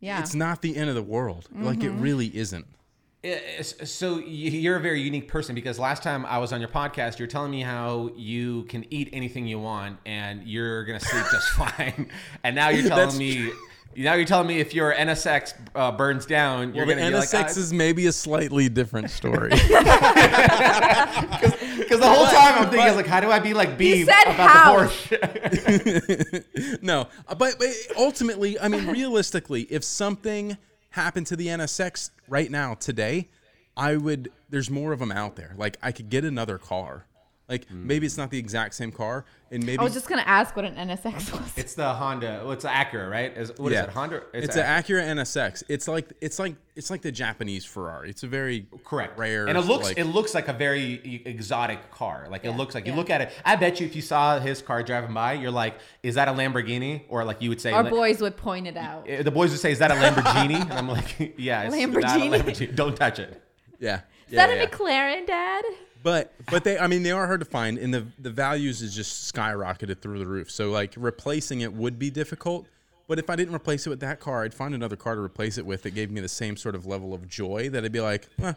Speaker 2: Yeah. Mm-hmm.
Speaker 3: It's not the end of the world. Like it really isn't.
Speaker 1: It's- So y- you're a very unique person because last time I was on your podcast, you were telling me how you can eat anything you want and you're gonna sleep just fine. And now you're telling
Speaker 3: That's
Speaker 1: me, now you're telling me if your NSX uh, burns down, you're
Speaker 3: Well, the
Speaker 1: gonna be
Speaker 3: NSX
Speaker 1: like,
Speaker 3: "Ah, is maybe a slightly different story.
Speaker 1: because the whole time I'm thinking like, how do I be like B
Speaker 2: said
Speaker 1: about
Speaker 2: how.
Speaker 1: the Porsche?
Speaker 3: no, uh, but, but ultimately, I mean, realistically, if something happened to the NSX right now today, I would. There's more of them out there. Like I could get another car. Like
Speaker 1: Hmm.
Speaker 3: maybe it's not the exact same car, and maybe
Speaker 2: I was Oh, just gonna ask what an NSX was.
Speaker 1: It's the Honda. Well, it's the Acura, right? Is, what is it? Honda.
Speaker 3: It's, an Acura NSX. It's like it's like it's like the Japanese Ferrari. It's a very
Speaker 1: correct
Speaker 3: rare
Speaker 1: and it looks
Speaker 3: like-
Speaker 1: it looks like a very e- exotic car like it looks like you look at it i bet you if you saw his car driving by you're like is that a lamborghini or like you would say
Speaker 2: Our
Speaker 1: la-
Speaker 2: boys would point it out.
Speaker 1: Eh, the boys would say is that a lamborghini and i'm like yeah it's not a
Speaker 2: Lamborghini?
Speaker 1: lamborghini don't touch it
Speaker 3: yeah.
Speaker 2: Is that a McLaren, Dad?
Speaker 3: But but they I mean they are hard to find and the the values is just skyrocketed through the roof. So like replacing it would be difficult. But if I didn't replace it with that car, I'd find another car to replace it with that gave me the same sort of level of joy that I'd be like, eh,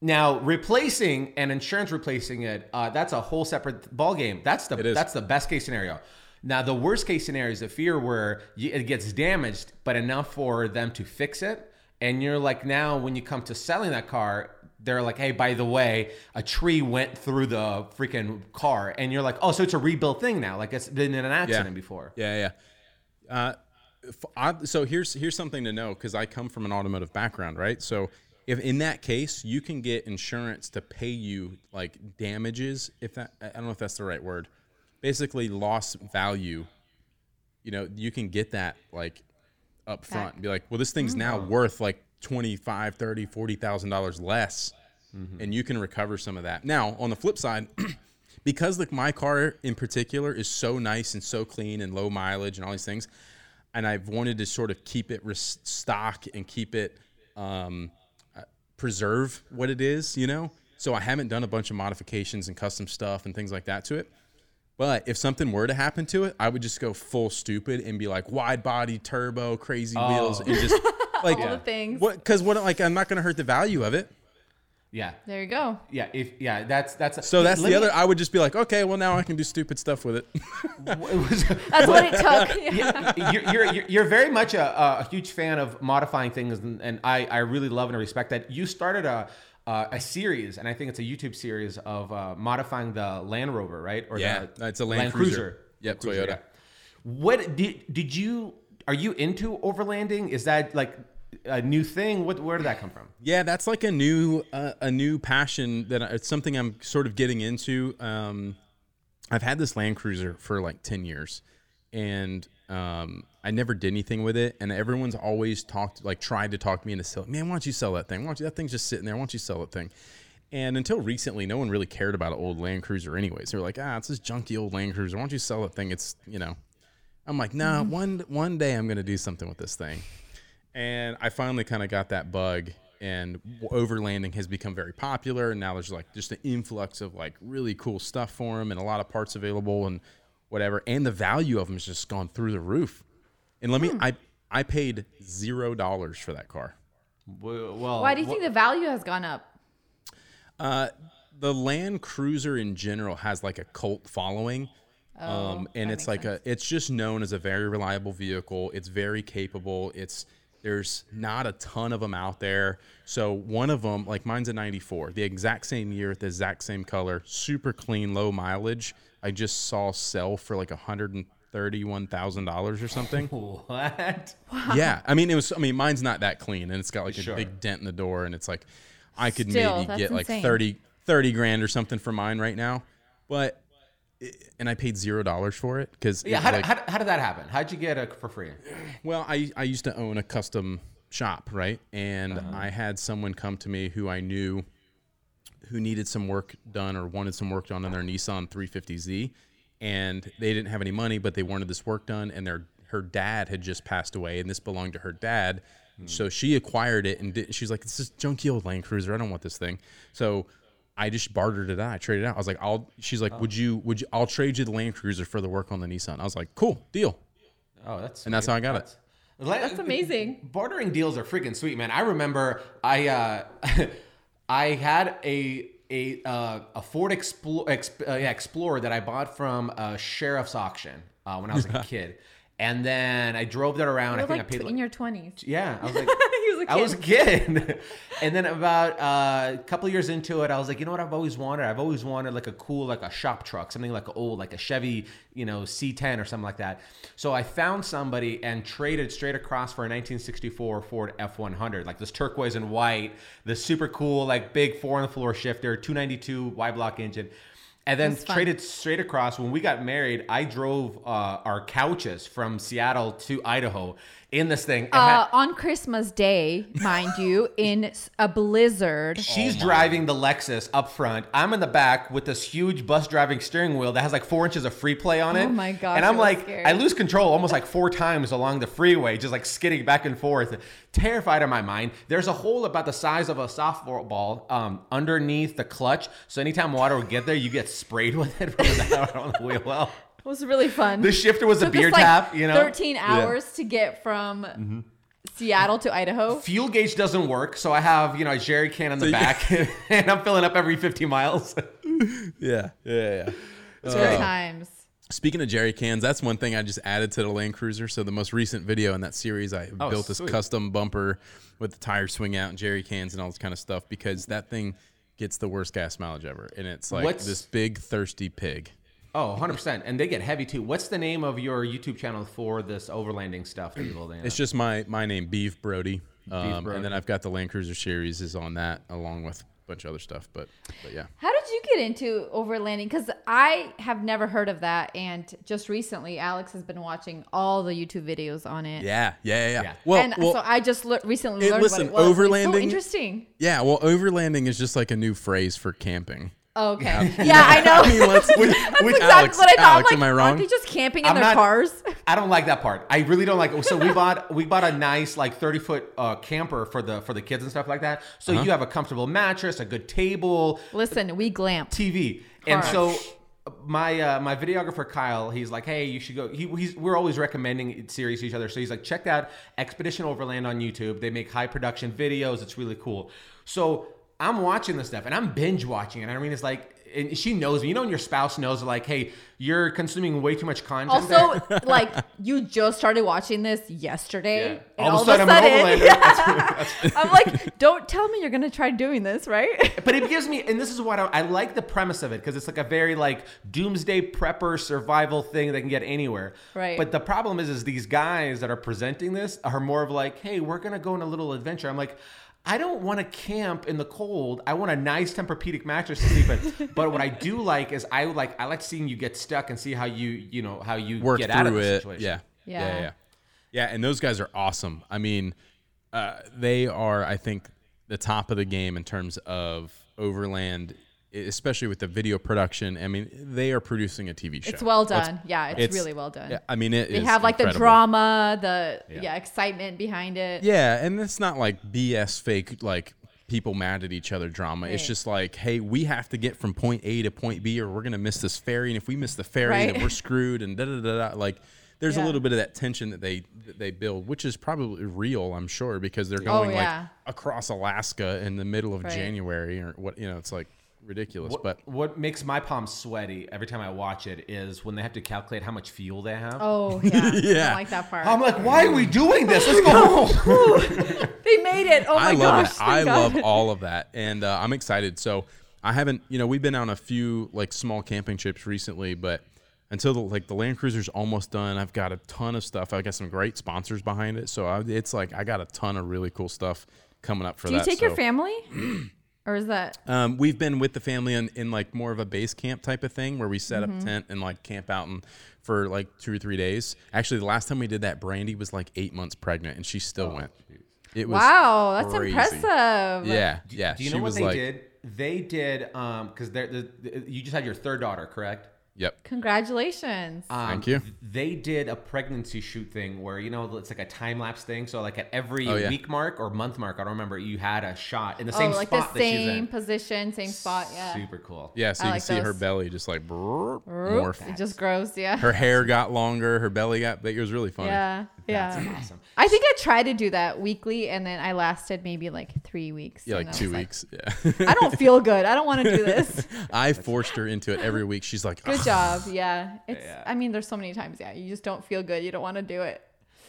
Speaker 1: now replacing and insurance replacing it uh, that's a whole separate ball game that's the
Speaker 3: is.
Speaker 1: that's the best case scenario now the worst case scenario is the fear where you, it gets damaged but enough for them to fix it and you're like now when you come to selling that car they're like hey by the way a tree went through the freaking car and you're like oh so it's a rebuilt thing now like it's been in an accident before
Speaker 3: Yeah, yeah. Uh, if I, so here's here's something to know because I come from an automotive background, right? So if in that case you can get insurance to pay you like damages, if that I don't know if that's the right word, basically loss value. You know, you can get that like up front and be like, well, this thing's now worth like twenty five, thirty, forty thousand dollars less, and you can recover some of that. Now on the flip side. because like my car in particular is so nice and so clean and low mileage and all these things and i've wanted to sort of keep it res- stock and keep it um, uh, preserve what it is you know so i haven't done a bunch of modifications and custom stuff and things like that to it but if something were to happen to it i would just go full stupid and be like wide body turbo crazy wheels and just like
Speaker 2: Oh. All the things.
Speaker 3: what because what like i'm not gonna hurt the value of it
Speaker 1: yeah
Speaker 2: There you go.
Speaker 1: yeah if yeah that's that's
Speaker 3: so that's
Speaker 1: Let
Speaker 3: the
Speaker 1: me-
Speaker 3: other i would just be like okay well now i can do stupid stuff with it
Speaker 1: it was-
Speaker 2: That's what it took. Yeah.
Speaker 1: you're, you're, you're- you're very much a, a- a huge fan of modifying things, and, and I, I really love and respect that. You started a, a, a series, and I think it's a YouTube series of uh, modifying the Land Rover, right? Or
Speaker 3: Yeah,
Speaker 1: the,
Speaker 3: it's a Land Cruiser. Yep, Toyota.
Speaker 1: What did did you are you into overlanding? Is that like a new thing? What where did that come from?
Speaker 3: Yeah, that's like a new uh, a new passion that I, it's something I'm sort of getting into. Um, I've had this Land Cruiser for like ten years, and um, I never did anything with it. And everyone's always talked like tried to talk me into selling. Man, why don't you sell that thing? Why don't you that thing's just sitting there? Why don't you sell that thing? And until recently, no one really cared about an old Land Cruiser, anyways. They were like, ah, it's this junky old Land Cruiser. Why don't you sell that thing? It's you know. I'm like, nah. One one day I'm gonna do something with this thing and I finally kind of got that bug. And overlanding has become very popular, and now there's like just an influx of like really cool stuff for them, and a lot of parts available, and whatever. And the value of them has just gone through the roof. And let me, I I paid zero dollars for that car.
Speaker 1: Well,
Speaker 2: Why do you think the value has gone up?
Speaker 3: the Land Cruiser in general has like a cult following. um, and it's like a it's just known as a very reliable vehicle. It's very capable. It's there's not a ton of them out there. So one of them, like mine's a 94, the exact same year, the exact same color, super clean, low mileage. I just saw sell for like $131,000 or something.
Speaker 1: what?
Speaker 3: yeah. I mean, it was, I mean, mine's not that clean and it's got like a big dent in the door and it's like, I could
Speaker 2: Still,
Speaker 3: maybe
Speaker 2: that's
Speaker 3: get like
Speaker 2: insane.
Speaker 3: 30, 30 grand or something for mine right now. But, eh, and I paid zero dollars for it because,
Speaker 1: Yeah, how, did- how, did- how did that happen? How'd you get it for free?
Speaker 3: well, I, I used to own a custom shop, right? And I had someone come to me who I knew who needed some work done or wanted some work done on their Nissan 350Z. And they didn't have any money, but they wanted this work done. And their her dad had just passed away, and this belonged to her dad. So she acquired it and did, she's like, "It's this junky old Land Cruiser. I don't want this thing." So I just bartered it out. I traded it out. I was like, "I'll." She's like, "Would you? Would you? I'll trade you the Land Cruiser for the work on the Nissan." I was like, "Cool, deal."
Speaker 1: Oh, that's
Speaker 3: And that's how I got it.
Speaker 1: That's- That's
Speaker 2: amazing.
Speaker 1: Bartering deals are freaking sweet, man. I remember I uh, I had a a uh, a Ford Explorer, exp- uh, yeah, Explorer that I bought from a sheriff's auction uh, when I was a kid, and then I drove that around. I
Speaker 2: You're
Speaker 1: think I
Speaker 2: like
Speaker 1: paid
Speaker 2: tw-
Speaker 1: like-
Speaker 2: in your twenties.
Speaker 1: yeah, I was like.
Speaker 2: he was a kid.
Speaker 1: I was a kid, and then about uh, a couple years into it, I was like, you know what? I've always wanted. I've always wanted like a cool, like a shop truck, something like an old, like a Chevy, you know, C10 or something like that. So I found somebody and traded straight across for a 1964 Ford F100, like this turquoise and white, this super cool, like big four on the floor shifter, 292 Y block engine. And then traded straight across. When we got married, I drove uh, our couches from Seattle to Idaho in this thing. and had-
Speaker 2: uh, on Christmas Day, mind you, in s- a blizzard.
Speaker 1: She's driving the Lexus up front. I'm in the back with this huge bus driving steering wheel that has like four inches of free play on it.
Speaker 2: Oh my gosh,
Speaker 1: And I'm
Speaker 2: that was
Speaker 1: like,
Speaker 2: scary.
Speaker 1: I lose control almost like four times along the freeway, just like skidding back and forth, terrified in my mind. There's a hole about the size of a softball um, underneath the clutch, so anytime water would get there, you get sprayed with it from the out on the wheel well.
Speaker 2: It was really fun.
Speaker 1: The shifter was a
Speaker 2: Took
Speaker 1: beer
Speaker 2: us, like,
Speaker 1: tap, you know. Mm-hmm.
Speaker 2: Thirteen hours to get from Seattle to Idaho.
Speaker 1: Fuel gauge doesn't work, so I have you know a jerry can in the back, and I'm filling up every 50 miles.
Speaker 3: Yeah, yeah, yeah.
Speaker 2: Good times.
Speaker 3: Speaking of jerry cans, that's one thing I just added to the Land Cruiser. So the most recent video in that series, I built this
Speaker 1: sweet.
Speaker 3: custom bumper with the tire swing out and jerry cans and all this kind of stuff because that thing gets the worst gas mileage ever, and it's like
Speaker 1: What's-
Speaker 3: this big thirsty pig.
Speaker 1: Oh, 100%. And they get heavy too. What's the name of your YouTube channel for this overlanding stuff that you're building? up?
Speaker 3: It's just my my name, Beef Brody, um,
Speaker 1: Brody.
Speaker 3: and then I've got the Land Cruiser series is on that along with a bunch of other stuff. But but yeah,
Speaker 2: How did you get into overlanding? Because I have never heard of that, and just recently, Alex has been watching all the YouTube videos on it.
Speaker 3: yeah, yeah, yeah.
Speaker 1: Yeah.
Speaker 3: Well,
Speaker 2: and
Speaker 3: well,
Speaker 2: so I just le- recently
Speaker 3: Hey,
Speaker 2: learned
Speaker 3: listen,
Speaker 2: what it was. It's so
Speaker 3: overlanding-
Speaker 2: interesting.
Speaker 3: yeah. Well, overlanding is just like a new phrase for camping.
Speaker 2: Okay. Yeah, I know.
Speaker 3: mean, let's- with-
Speaker 2: That's
Speaker 3: with
Speaker 2: exactly
Speaker 3: Alex-
Speaker 2: what I thought.
Speaker 3: Alex,
Speaker 2: I'm
Speaker 3: am I
Speaker 2: like,
Speaker 3: wrong?
Speaker 2: aren't they just camping in
Speaker 1: I'm
Speaker 2: their
Speaker 1: not-
Speaker 2: cars?
Speaker 1: I don't like that part. I really don't like it. So we bought we bought a nice like 30 foot uh, camper for the for the kids and stuff like that. So you have a comfortable mattress, a good table,
Speaker 2: Listen, we glamped.
Speaker 1: TV. And
Speaker 2: Hard.
Speaker 1: so my uh, my videographer Kyle, he's like, hey, you should go. He, he's we're always recommending series to each other. So he's like, check out Expedition Overland on YouTube. They make high production videos. It's really cool. So I'm watching this stuff and I'm binge watching it. And Irene is like, and she knows me. You know, when your spouse knows, like, hey, you're consuming way too much content.
Speaker 2: Also, like you just started watching this yesterday,
Speaker 1: Yeah.
Speaker 2: and all, of a
Speaker 1: an
Speaker 2: sudden,
Speaker 1: overlander.
Speaker 2: I'm like, don't tell me you're gonna try doing this, right?
Speaker 1: but it gives me, and this is what I, I like the premise of it because it's like a very like doomsday prepper survival thing that can get anywhere.
Speaker 2: Right.
Speaker 1: But the problem is, is these guys that are presenting this are more of like, hey, we're gonna go on a little adventure. I'm like. I don't want to camp in the cold. I want a nice Tempur-Pedic mattress to sleep in. but what I do like is I like I like seeing you get stuck and see how you you know how you
Speaker 3: work
Speaker 1: get
Speaker 3: through
Speaker 1: out of the
Speaker 3: it.
Speaker 1: situation.
Speaker 3: Yeah.
Speaker 2: Yeah.
Speaker 3: yeah, yeah, Yeah, And those guys are awesome. I mean, uh, they are, I think, the top of the game in terms of overland, e, especially with the video production. I mean, they are producing a TV show.
Speaker 2: It's well
Speaker 3: Let's-
Speaker 2: done. yeah, it's,
Speaker 3: it's-
Speaker 2: really well done.
Speaker 3: yeah, I mean, it
Speaker 2: they have like the drama, the yeah. excitement behind it.
Speaker 3: Yeah, and it's not like BS fake like people mad at each other drama. It's just like, hey, we have to get from point A to point B, or we're gonna miss this ferry, and if we miss the ferry,
Speaker 2: Right.
Speaker 3: then we're screwed, and da da da da. Like, there's a
Speaker 2: Yeah.
Speaker 3: little bit of that tension that they that they build, which is probably real, I'm sure, because they're going
Speaker 2: Oh, yeah.
Speaker 3: like across Alaska in the middle of January, or what you know, it's like ridiculous. but
Speaker 1: What makes my palms sweaty every time I watch it is when they have to calculate how much fuel they have.
Speaker 2: Oh yeah, I
Speaker 3: Yeah.
Speaker 2: don't like that part.
Speaker 1: I'm like, why are we doing this? Let's go home.
Speaker 2: they made it. Oh my
Speaker 3: I love
Speaker 2: gosh,
Speaker 3: it.
Speaker 2: thank
Speaker 3: I
Speaker 2: God.
Speaker 3: love all of that, and uh, I'm excited. So I haven't, you know, we've been on a few like small camping trips recently, but until the, like the Land Cruiser's almost done, I've got a ton of stuff. I got some great sponsors behind it, so I, it's like I got a ton of really cool stuff coming up for
Speaker 2: Do
Speaker 3: that.
Speaker 2: you take
Speaker 3: so-
Speaker 2: your family, or is that
Speaker 3: um, we've been with the family in, in like more of a base camp type of thing where we set
Speaker 2: Mm-hmm.
Speaker 3: up tent and like camp out and for like two or three days. Actually, the last time we did that, Brandy was like eight months pregnant and she still went. It was
Speaker 2: Oh. wow? That's
Speaker 3: crazy.
Speaker 2: impressive.
Speaker 3: Yeah, yeah.
Speaker 1: Do you
Speaker 3: she
Speaker 1: know what
Speaker 3: was
Speaker 1: they
Speaker 3: like,
Speaker 1: did? They did um because they're, the you just had your third daughter, correct?
Speaker 3: Yep.
Speaker 2: Congratulations.
Speaker 1: Um,
Speaker 3: Thank you.
Speaker 1: They did a pregnancy shoot thing where you know it's like a time lapse thing. So like at every
Speaker 3: Oh, yeah.
Speaker 1: week mark or month mark, I don't remember, you had a shot in the
Speaker 2: oh,
Speaker 1: same
Speaker 2: like the
Speaker 1: spot that she's
Speaker 2: same
Speaker 1: in.
Speaker 2: position, same spot. Yeah.
Speaker 1: Super cool.
Speaker 3: Yeah, so
Speaker 2: I
Speaker 3: you
Speaker 2: like
Speaker 3: can see her
Speaker 2: those.
Speaker 3: belly just like brrr,
Speaker 2: Oop,
Speaker 3: morph.
Speaker 2: It just grows. Yeah.
Speaker 3: Her hair got longer, her belly got big. It was really funny.
Speaker 2: yeah.
Speaker 6: Yeah.
Speaker 1: Awesome.
Speaker 2: I think I tried to do that weekly, and then I lasted maybe like three weeks.
Speaker 3: Yeah,
Speaker 2: and
Speaker 3: like
Speaker 2: I
Speaker 3: two
Speaker 2: was
Speaker 3: weeks.
Speaker 2: I don't feel good. I don't want to do this.
Speaker 3: yeah. I forced her into it every week. She's like, "Ah,"
Speaker 2: Good job. Yeah. It's.
Speaker 1: Yeah.
Speaker 2: I mean, there's so many times. Yeah, you just don't feel good. You don't want to do it.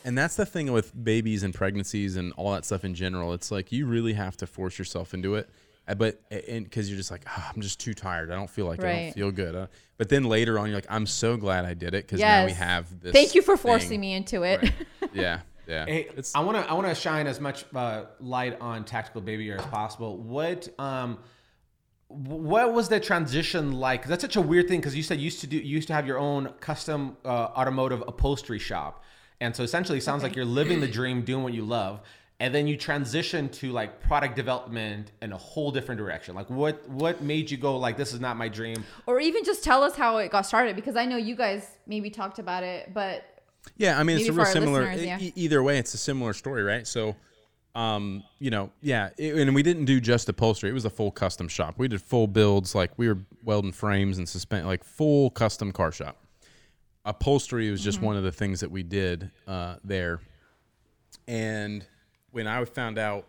Speaker 3: And that's the thing with babies and pregnancies and all that stuff in general. It's like you really have to force yourself into it. Uh, But because you're just like, "Ah, I'm just too tired. I don't feel like I don't
Speaker 2: Right.
Speaker 3: feel good. Uh, but then later on, you're like, I'm so glad I did it because now we
Speaker 2: Yes.
Speaker 3: have this.
Speaker 2: Thank you for
Speaker 3: thing."
Speaker 2: forcing me into it.
Speaker 3: Yeah, yeah.
Speaker 1: Hey,
Speaker 3: It's-
Speaker 1: I want to I want to shine as much uh, light on tactical baby gear as possible. What um what was the transition like? 'Cause that's such a weird thing because you said you used to do you used to have your own custom uh, automotive upholstery shop, and so essentially it sounds like you're living the dream, doing what you love, and then you transition to like product development in a whole different direction. Like what what made you go like this is not my dream?
Speaker 2: or even just tell us how it got started because I know you guys maybe talked about it, but
Speaker 3: Yeah, I mean, it's
Speaker 2: Maybe
Speaker 3: a real
Speaker 2: for our
Speaker 3: similar.
Speaker 2: listeners, yeah.
Speaker 3: e- either way, it's a similar story, right? So, um, you know, yeah, it, and we didn't do just upholstery; it was a full custom shop. We did full builds, like we were welding frames and suspend, like full custom car shop. Upholstery was
Speaker 2: Mm-hmm.
Speaker 3: just one of the things that we did uh, there. And when I found out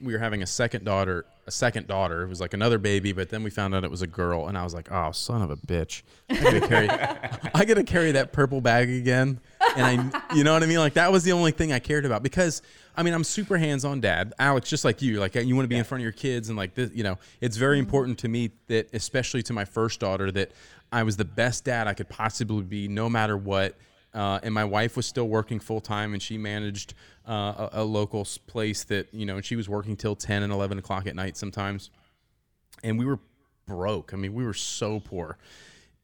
Speaker 3: we were having a second daughter, a second daughter, it was like another baby, but then we found out it was a girl, and I was like, "Oh, son of a bitch! I gotta carry, I gotta carry that purple bag again." And I, you know what I mean? Like that was the only thing I cared about because I mean I'm super hands-on dad, Alex, just like you. Like you want to be in front of your kids, and like this, you know, it's very important to me that, especially to my first daughter, that I was the best dad I could possibly be, no matter what uh, and my wife was still working full time, and she managed uh, a, a local s- place that you know she was working till ten and eleven o'clock at night sometimes, and we were broke. I mean, we were so poor.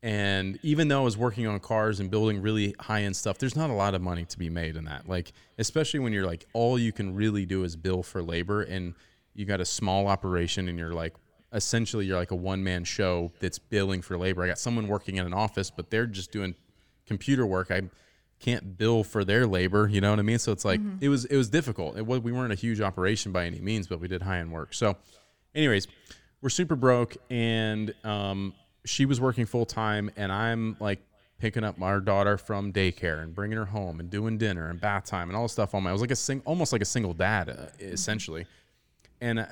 Speaker 3: And even though I was working on cars and building really high end stuff, there's not a lot of money to be made in that. Like, especially when you're like, all you can really do is bill for labor, and you got a small operation, and you're like, essentially, you're like a one man show that's billing for labor. I got someone working in an office, but they're just doing computer work. I can't bill for their labor. You know what I mean? So it's like it was it was difficult. It was, we weren't a huge operation by any means, but we did high end work. So, anyways, we're super broke, and um, she was working full time, and I'm like picking up our daughter from daycare and bringing her home and doing dinner and bath time and all the stuff on my. I was like a sing almost like a single dad uh, essentially and I,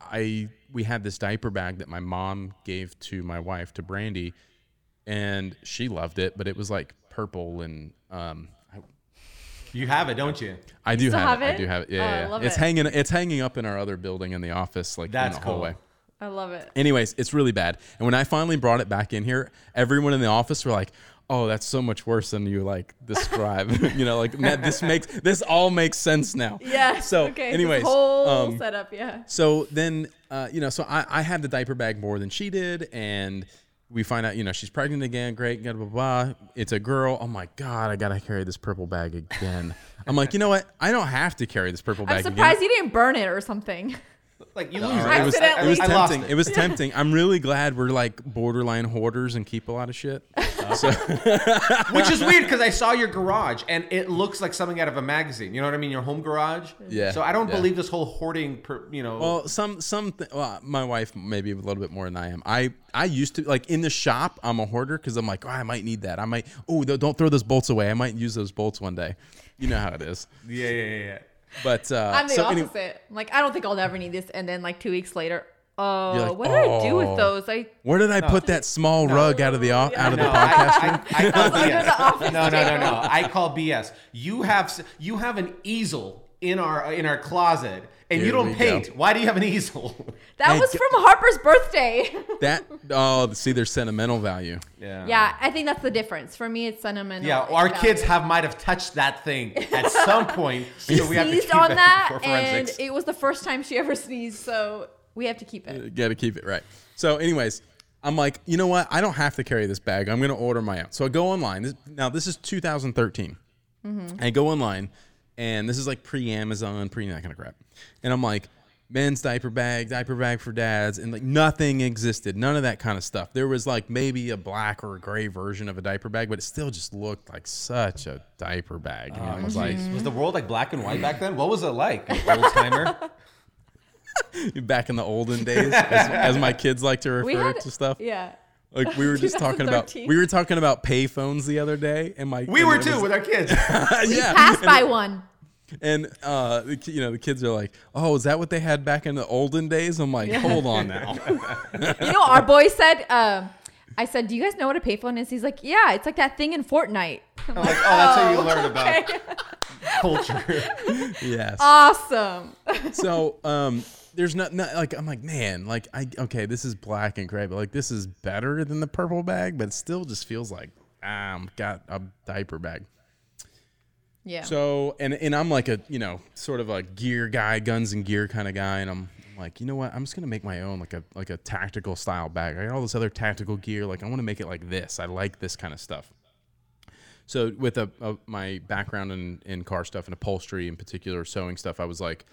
Speaker 3: I we had this diaper bag that my mom gave to my wife to Brandy, and she loved it, but it was like purple and um. I,
Speaker 1: You have it, don't you?
Speaker 3: I do
Speaker 2: still
Speaker 3: have, it.
Speaker 2: have
Speaker 3: I
Speaker 2: it?
Speaker 3: do have it. Yeah,
Speaker 2: Oh, I
Speaker 3: yeah, yeah.
Speaker 2: love
Speaker 3: it's
Speaker 2: it.
Speaker 3: hanging. It's hanging up in our other building in the office, like
Speaker 1: That's
Speaker 3: in the
Speaker 1: cool.
Speaker 3: hallway.
Speaker 2: I love it.
Speaker 3: Anyways, it's really bad. And when I finally brought it back in here, everyone in the office were like, "Oh, that's so much worse than you like describe." you know, like "Nah, this makes this all makes sense now.
Speaker 2: Yeah.
Speaker 3: So,
Speaker 2: okay, this
Speaker 3: anyways,
Speaker 2: whole
Speaker 3: um,
Speaker 2: setup. Yeah.
Speaker 3: so then, uh, you know, so I, I had the diaper bag more than she did, and we find out, you know, she's pregnant again. Great, blah blah blah. It's a girl. Oh my god, I gotta carry this purple bag again. I'm like, you know what? I don't have to carry this purple
Speaker 2: I'm
Speaker 3: bag
Speaker 2: surprised
Speaker 3: again. Uh,
Speaker 2: you didn't burn it or something.
Speaker 1: Like you lose
Speaker 3: It was,
Speaker 1: I- I-
Speaker 3: it was
Speaker 1: I lost
Speaker 3: tempting. It. was tempting. I'm really glad we're like borderline hoarders and keep a lot of shit. so
Speaker 1: Which is weird because I saw your garage and it looks like something out of a magazine. You know what I mean? Your home garage.
Speaker 3: Yeah,
Speaker 1: So I don't
Speaker 3: yeah.
Speaker 1: believe this whole hoarding. Per, you know.
Speaker 3: Well, some some th- well, my wife maybe a little bit more than I am. I I used to like in the shop. I'm a hoarder because I'm like, oh, I might need that. I might. Oh, th- don't throw those bolts away. I might use those bolts one day. You know how it is.
Speaker 1: yeah, yeah, yeah, yeah.
Speaker 3: But uh,
Speaker 2: I'm the
Speaker 3: so
Speaker 2: opposite.
Speaker 3: anyway,
Speaker 2: I'm like, I don't think I'll ever need this. And then like two weeks later, oh,
Speaker 3: You're like,
Speaker 2: what did I do
Speaker 3: "Oh."
Speaker 2: with those? I
Speaker 3: where did I put that small rug out of the o- out of
Speaker 1: No,
Speaker 3: the podcast?
Speaker 1: I, I, I call
Speaker 2: under the
Speaker 1: BS.
Speaker 2: office
Speaker 1: No, no, no, no. I call BS. You have s- you have an easel in our in our closet, and
Speaker 3: Here
Speaker 1: you
Speaker 3: we
Speaker 1: don't
Speaker 3: go.
Speaker 1: paint. Why do you have an easel?
Speaker 2: that
Speaker 3: Hey,
Speaker 2: was
Speaker 3: g-
Speaker 2: from Harper's birthday.
Speaker 3: That oh, see, there's sentimental value.
Speaker 1: Yeah.
Speaker 2: yeah, I think that's the difference. For me, it's sentimental.
Speaker 1: Yeah,
Speaker 2: It's
Speaker 1: our
Speaker 2: value.
Speaker 1: kids have might have touched that thing at some point. so we have to
Speaker 2: sneezed
Speaker 1: keep
Speaker 2: on
Speaker 1: it
Speaker 2: that,
Speaker 1: for
Speaker 2: and
Speaker 1: forensics.
Speaker 2: it was the first time she ever sneezed. So we have to keep it.
Speaker 3: Got to keep it right. So, anyways, I'm like, you know what? I don't have to carry this bag. I'm going to order my own. So I go online. This, now, this is 2013.
Speaker 2: Mm-hmm.
Speaker 3: I go online, and this is like pre Amazon, pre that kind of crap. And I'm like, men's diaper bag, diaper bag for dads, and like nothing existed. None of that kind of stuff. There was like maybe a black or a gray version of a diaper bag, but it still just looked like such a diaper bag. And I was
Speaker 2: Oh.
Speaker 3: like,
Speaker 1: was the world like black and white back then? What was it like, old timer?
Speaker 3: back in the olden days, as, as my kids like to refer
Speaker 2: Mm-hmm. We had
Speaker 3: to stuff.
Speaker 2: Yeah.
Speaker 3: Like we were just talking about
Speaker 2: 2013.
Speaker 3: we were talking about payphones the other day, and my
Speaker 7: We
Speaker 3: and
Speaker 7: were
Speaker 3: it
Speaker 7: too
Speaker 3: was-
Speaker 7: with our kids.
Speaker 3: yeah,
Speaker 4: Passed by one.
Speaker 3: And uh, the ki- you know, the kids are like, "Oh, is that what they had back in the olden days?" I'm like, "Hold on now."
Speaker 4: You know, our boy said. Um, I said, "Do you guys know what a payphone is?" He's like, "Yeah, it's like that thing in Fortnite."
Speaker 7: I'm like, oh, that's how you learn about culture.
Speaker 3: yes.
Speaker 4: Awesome.
Speaker 3: so, um, there's not, not like I'm like, man, like I okay, this is black and gray, but like this is better than the purple bag, but it still just feels like ah, I'm got a diaper bag.
Speaker 4: Yeah.
Speaker 3: So and and I'm like a you know sort of a gear guy, guns and gear kind of guy, and I'm, I'm like you know what I'm just gonna make my own like a like a tactical style bag. I got all this other tactical gear, like I want to make it like this. I like this kind of stuff. So with a, a my background in in car stuff and upholstery in particular, sewing stuff, I was like,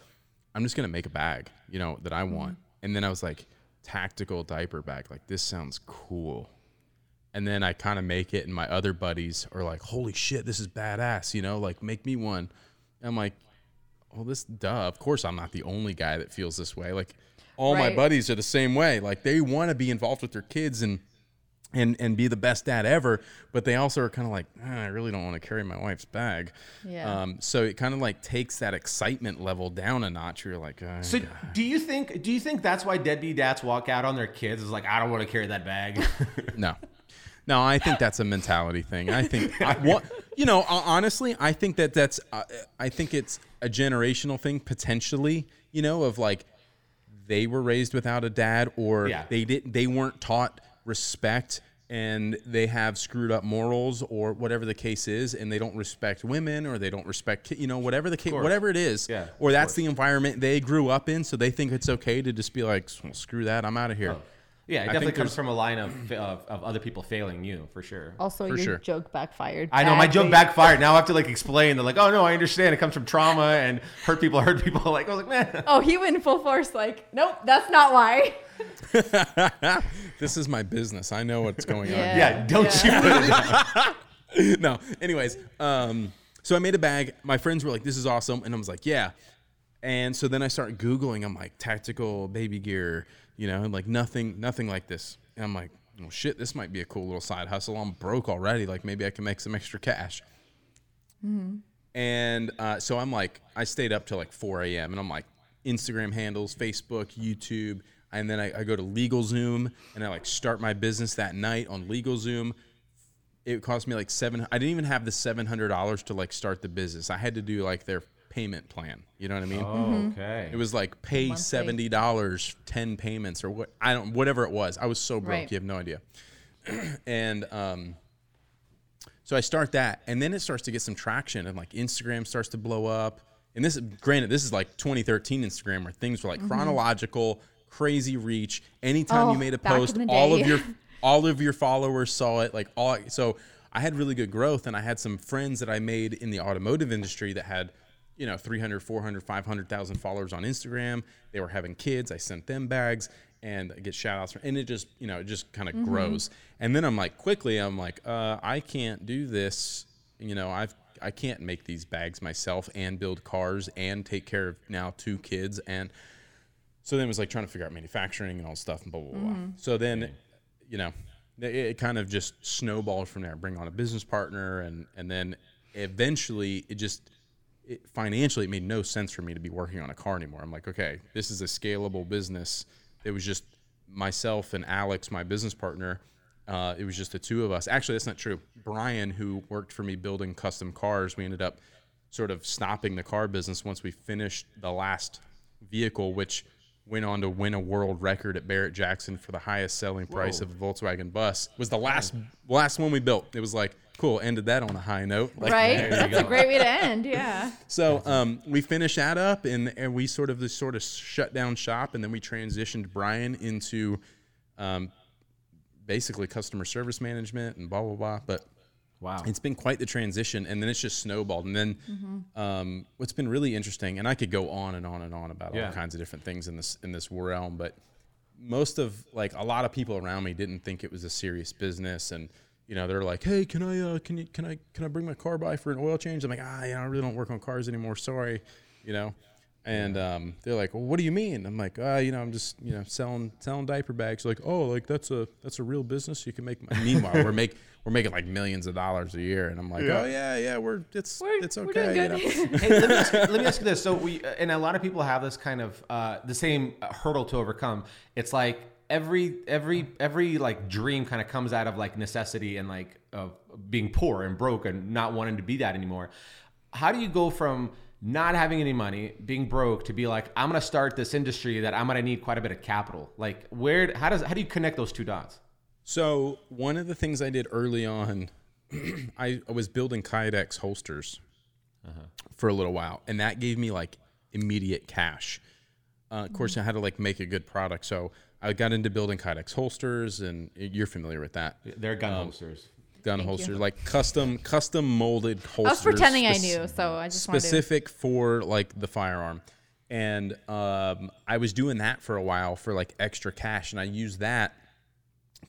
Speaker 3: I'm just gonna make a bag, you know, that I
Speaker 4: Mm-hmm.
Speaker 3: want. And then I was like, tactical diaper bag, like this sounds cool and then I kind of make it, and my other buddies are like, "Holy shit, this is badass!" You know, like make me one. And I'm like, "Well, this duh. Of course, I'm not the only guy that feels this way. Like, all my
Speaker 4: Right.
Speaker 3: buddies are the same way. Like, they want to be involved with their kids and and and be the best dad ever, but they also are kind of like, "Ah, I really don't want to carry my wife's bag.
Speaker 4: Yeah.
Speaker 3: Um, so it kind of like takes that excitement level down a notch. You're like, "Ah,
Speaker 7: So do you think do you think that's why deadbeat dads walk out on their kids is like I don't want to carry that bag?
Speaker 3: No. No, I think that's a mentality thing. I think I, what you know, hon- honestly, I think that that's uh, I think it's a generational thing potentially, you know, of like they were raised without a dad or
Speaker 7: Yeah.
Speaker 3: they didn't they weren't taught respect and they have screwed up morals or whatever the case is and they don't respect women or they don't respect ki- you know whatever the case whatever it is
Speaker 7: Yeah,
Speaker 3: or
Speaker 7: of
Speaker 3: that's the environment they grew up in so they think it's okay to just be like "Well, screw that I'm out of here
Speaker 7: Oh. Yeah, it
Speaker 3: I
Speaker 7: definitely
Speaker 3: think
Speaker 7: comes from a line of, fa- of of other people failing you for sure.
Speaker 2: Also,
Speaker 3: For
Speaker 2: your
Speaker 3: sure.
Speaker 2: joke backfired.
Speaker 7: I know my
Speaker 2: badly.
Speaker 7: joke backfired. Now I have to like explain. They're like, "Oh no, I understand. It comes from trauma and hurt people hurt people." Like I was like, "Man,
Speaker 4: oh, he went full force. Like, nope, that's not why.
Speaker 3: this is my business I know what's going on
Speaker 4: Yeah.
Speaker 7: yeah, don't you?" Put it in.
Speaker 3: no. Anyways, um, so I made a bag. My friends were like, "This is awesome," and I was like, "Yeah." And so then I start googling. I'm like, "Tactical baby gear," you know, and like nothing, nothing like this. And I'm like, "Oh shit, this might be a cool little side hustle." I'm broke already. Like maybe I can make some extra cash. And uh, so I'm like, I stayed up till like 4 a.m. and I'm like, Instagram handles, Facebook, YouTube. And then I, I go to LegalZoom and I like start my business that night on LegalZoom. It cost me like seven. I didn't even have the seven hundred dollars to like start the business. I had to do like their payment plan. You know what I mean?
Speaker 7: Oh, okay.
Speaker 3: It was like pay seventy dollars, ten payments, or what? I don't, whatever it was. I was so broke,
Speaker 4: Right.
Speaker 3: you have no idea. and um, so I start that, and then it starts to get some traction, and like Instagram starts to blow up. And this, granted, this is like 2013 Instagram where things were like chronological, crazy reach. Anytime you
Speaker 4: Mm-hmm. Oh,
Speaker 3: made a
Speaker 4: back in
Speaker 3: post,
Speaker 4: the
Speaker 3: all of
Speaker 4: day.
Speaker 3: your all of your followers saw it. Like all, so I had really good growth, and I had some friends that I made in the automotive industry that had you know 300 400 500,000 followers on Instagram they were having kids I sent them bags and I get shout outs and it just you know it just kind of grows and then I'm like quickly I'm like uh, I can't do this you know I've I can't make these bags myself and build cars and take care of now two kids and so then it was like trying to figure out manufacturing and all stuff and blah blah blah. So then, you know, it, it kind of just snowballed from there. Bring on a business partner, and and then eventually it just it, financially it made no sense for me to be working on a car anymore. I'm like, okay, this is a scalable business. It was just myself and Alex, my business partner. Uh, it was just the two of us. Actually, that's not true. Brian, who worked for me building custom cars, we ended up sort of stopping the car business once we finished the last vehicle, which went on to win a world record at Barrett Jackson for the highest selling price of a Volkswagen bus. Was the last last one we built. It was like cool. Ended that on a high note, like,
Speaker 4: Right? That's a great way to end. Yeah.
Speaker 3: So um, we finished that up, and and we sort of this sort of shut down shop, and then we transitioned Brian into um, basically customer service management and blah blah blah. But
Speaker 7: wow.
Speaker 3: it's been quite the transition, and then it's just snowballed. And then um, what's been really interesting, and I could go on and on and on about
Speaker 7: Yeah.
Speaker 3: all kinds of different things in this in this realm, but most of like a lot of people around me didn't think it was a serious business, and you know they're like, "Hey, can I uh, can you can I can I bring my car by for an oil change?" I'm like, "Ah, yeah, I really don't work on cars anymore. Sorry," you know. And um, they're like, well, "What do you mean?" I'm like, uh, "You know, I'm just you know selling selling diaper bags." Like, "Oh, like that's a that's a real business. You can make." Money. Meanwhile, we're make we're making like millions of dollars a year, and I'm like, "Oh yeah, yeah, we're it's it's okay."
Speaker 2: We're doing
Speaker 3: you
Speaker 2: good.
Speaker 3: know?
Speaker 1: hey, let me, ask, let me ask you this. So we uh, and a lot of people have this kind of uh, the same hurdle to overcome. It's like every every every like dream kind of comes out of like necessity and like of being poor and broke and not wanting to be that anymore. How do you go from not having any money, being broke, to be like I'm gonna start this industry that I'm gonna need quite a bit of capital? Like where? How does how do you connect those two dots?
Speaker 3: So one of the things I did early on, I, I was building Kydex holsters
Speaker 2: Uh-huh.
Speaker 3: for a little while, and that gave me like immediate cash. Uh, of
Speaker 2: Mm-hmm.
Speaker 3: course, I had to like make a good product, so I got into building Kydex holsters, and eh, you're familiar with that
Speaker 1: They're gun holsters.
Speaker 3: gun holsters, like custom custom molded holsters.
Speaker 2: I was pretending I
Speaker 3: spec-
Speaker 2: knew, so I just wanted to.
Speaker 3: specific for like the firearm and um, i was doing that for a while for like extra cash and i used that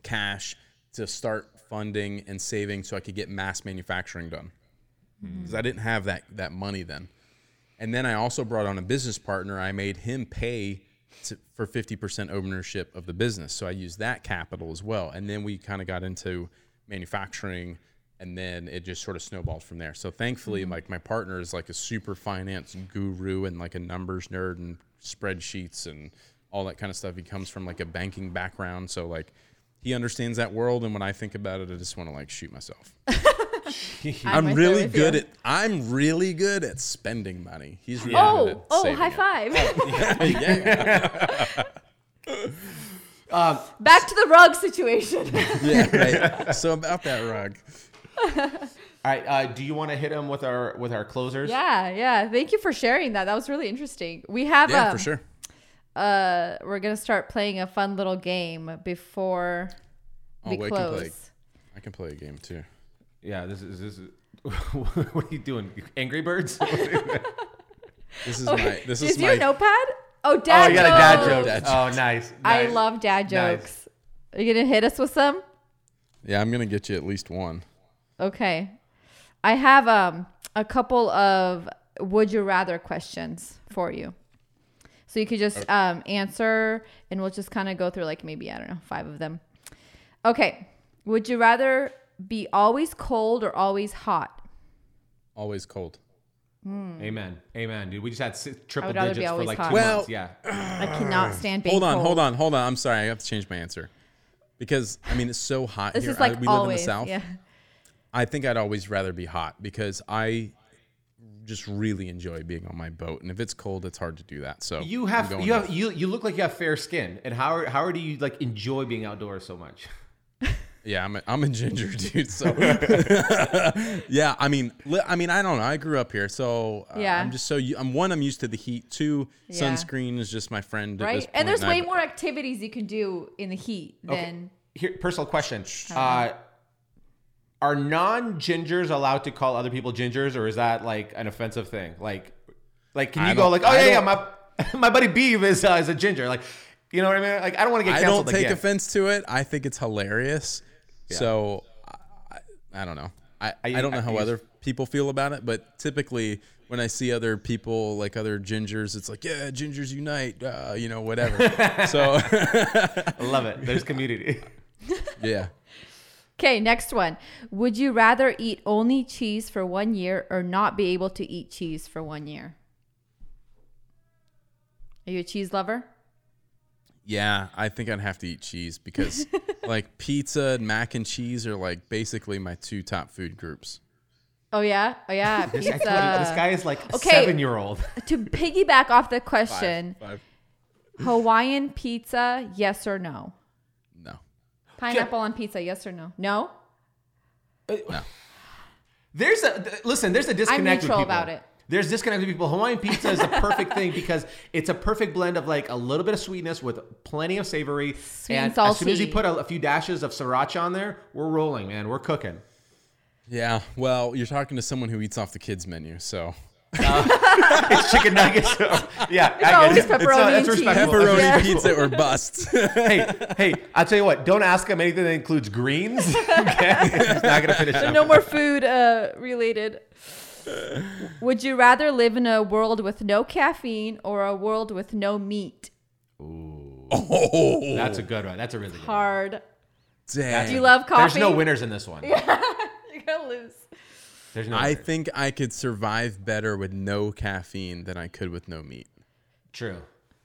Speaker 3: cash to start funding and saving so i could get mass manufacturing done because i didn't have that that money then and then i also brought on a business partner i made him pay to, for 50% ownership of the business so i used that capital as well and then we kind of got into manufacturing and then it just sort of snowballed from there. So thankfully, like my partner is like a super finance guru and like a numbers nerd and spreadsheets and all that kind of stuff. He comes from like a banking background, so like he understands that world. And when I think about it, I just want to like shoot myself. I'm,
Speaker 2: right there
Speaker 3: really
Speaker 2: with
Speaker 3: good
Speaker 2: you.
Speaker 3: at I'm really good at spending money. He's really good at
Speaker 2: Oh, oh,
Speaker 3: saving
Speaker 2: high
Speaker 3: it.
Speaker 2: five.
Speaker 3: yeah,
Speaker 2: Back to the rug situation.
Speaker 3: yeah, right. So about that rug.
Speaker 1: All right. Uh, do you want to hit them with our with our closers?
Speaker 2: yeah, yeah. Thank you for sharing that. That was really interesting. We have
Speaker 3: Yeah,
Speaker 2: um,
Speaker 3: for sure.
Speaker 2: uh we're going to start playing a fun little game before
Speaker 3: Oh,
Speaker 2: we
Speaker 3: wait, I can play.
Speaker 2: close.
Speaker 3: I can play a game too.
Speaker 1: Yeah, this is this is. what are you doing? Angry Birds?
Speaker 3: This is my this is,
Speaker 2: is
Speaker 3: my
Speaker 2: your notepad? Oh, dad
Speaker 1: you got a
Speaker 2: jokes.
Speaker 1: dad
Speaker 3: Dad
Speaker 1: joke. Oh, nice.
Speaker 2: I
Speaker 1: nice.
Speaker 2: love
Speaker 1: Nice.
Speaker 2: dad jokes. Are you going to hit us with some?
Speaker 3: Yeah, I'm gonna get you at least one.
Speaker 2: Okay. I have um a couple of would you rather questions for you. So you could just um answer and we'll just kind of go through like maybe I don't know, 5 of them. Okay. Would you rather be always cold or always hot?
Speaker 3: Always cold.
Speaker 1: Amen. Amen, dude. We just had si- triple
Speaker 2: would rather be
Speaker 1: digits for
Speaker 2: always
Speaker 1: like
Speaker 2: hot.
Speaker 1: two
Speaker 3: Well-
Speaker 1: months. Yeah.
Speaker 2: I cannot stand being
Speaker 3: Hold on,
Speaker 2: cold.
Speaker 3: hold on, hold on. I'm sorry, I have to change my answer because I mean it's so hot
Speaker 2: This
Speaker 3: here.
Speaker 2: is like
Speaker 3: I, we
Speaker 2: always.
Speaker 3: live in the south.
Speaker 2: Yeah.
Speaker 3: I think I'd always rather be hot because I just really enjoy being on my boat, and if it's cold, it's hard to do that. So
Speaker 1: You
Speaker 3: I'm
Speaker 1: have
Speaker 3: going
Speaker 1: you have
Speaker 3: with-
Speaker 1: you you look like you have fair skin. And how how do you like enjoy being outdoors so much?
Speaker 3: yeah. I'm a, I'm a ginger dude, so yeah. I mean, li- I mean, I don't know. I grew up here, so uh,
Speaker 2: Yeah.
Speaker 3: I'm just so you, I'm one. I'm used to the heat. Two,
Speaker 2: Yeah.
Speaker 3: sunscreen is just my friend. At this
Speaker 2: Right?
Speaker 3: point,
Speaker 2: And there's
Speaker 3: I-
Speaker 2: way more activities you can do in the heat than
Speaker 1: Here, personal question. Uh, are non gingers allowed to call other people gingers, or is that like an offensive thing? Like, like can
Speaker 3: I
Speaker 1: you go
Speaker 3: don't-
Speaker 1: like, oh
Speaker 3: I
Speaker 1: yeah, yeah,
Speaker 3: don't-
Speaker 1: my my buddy Beeve is uh, is a ginger. Like, you know what I mean? Like, I don't want to get
Speaker 3: I
Speaker 1: canceled
Speaker 3: don't take
Speaker 1: again.
Speaker 3: offense to it. I think it's hilarious. So I, I, I don't know. I, I, don't know
Speaker 1: I
Speaker 3: how
Speaker 1: use-
Speaker 3: other people feel about it, but typically when I see other people like other gingers, it's like yeah, gingers unite, uh, you know, whatever. so
Speaker 1: I love it. There's community.
Speaker 3: yeah,
Speaker 2: Okay, next one. Would you rather eat only cheese for one year or not be able to eat cheese for one year? Are you a cheese lover?
Speaker 3: yeah. I think I'd have to eat cheese because like pizza and mac and cheese are like basically my two top food groups.
Speaker 2: Oh yeah, oh yeah,
Speaker 1: This, I told you, this
Speaker 2: pizza.
Speaker 1: guy is like a
Speaker 2: Okay.
Speaker 1: seven year old.
Speaker 2: to piggyback off the question,
Speaker 3: Five.
Speaker 2: Hawaiian pizza, yes or no?
Speaker 3: No.
Speaker 2: Pineapple on pizza, yes or no? No,
Speaker 1: There's a th- listen. There's a disconnect. with
Speaker 2: neutral
Speaker 1: people.
Speaker 2: about it.
Speaker 1: There's disconnect with people. Hawaiian pizza is the perfect thing because it's a perfect blend of like a little bit of sweetness with plenty of savory.
Speaker 2: and
Speaker 1: and as soon as you
Speaker 2: salty.
Speaker 1: put a, a few dashes of sriracha on there, we're rolling, man. We're cooking.
Speaker 3: Yeah. Well, you're talking to someone who eats off the kids menu, so
Speaker 1: It's chicken nuggets. yeah, I
Speaker 2: always
Speaker 1: It's, uh,
Speaker 2: pepperoni
Speaker 1: that's
Speaker 2: and cheese.
Speaker 1: respectable.
Speaker 3: pepperoni
Speaker 1: That's
Speaker 3: pizza or bust.
Speaker 1: respectable. Hey, hey, I'll tell you what. Don't ask him anything that includes greens. Okay, it's not gonna finish. up.
Speaker 2: no more food uh, related. Would you rather live in a world with no caffeine or a world with no meat?
Speaker 3: Oh,
Speaker 1: That's a good one. That's a really good one.
Speaker 2: Hard.
Speaker 3: damn.
Speaker 2: Do you love coffee?
Speaker 1: There's no winners in this one.
Speaker 2: You're gonna lose.
Speaker 1: There's no.
Speaker 3: I
Speaker 1: winner.
Speaker 3: think I could survive better with no caffeine than I could with no meat.
Speaker 1: True.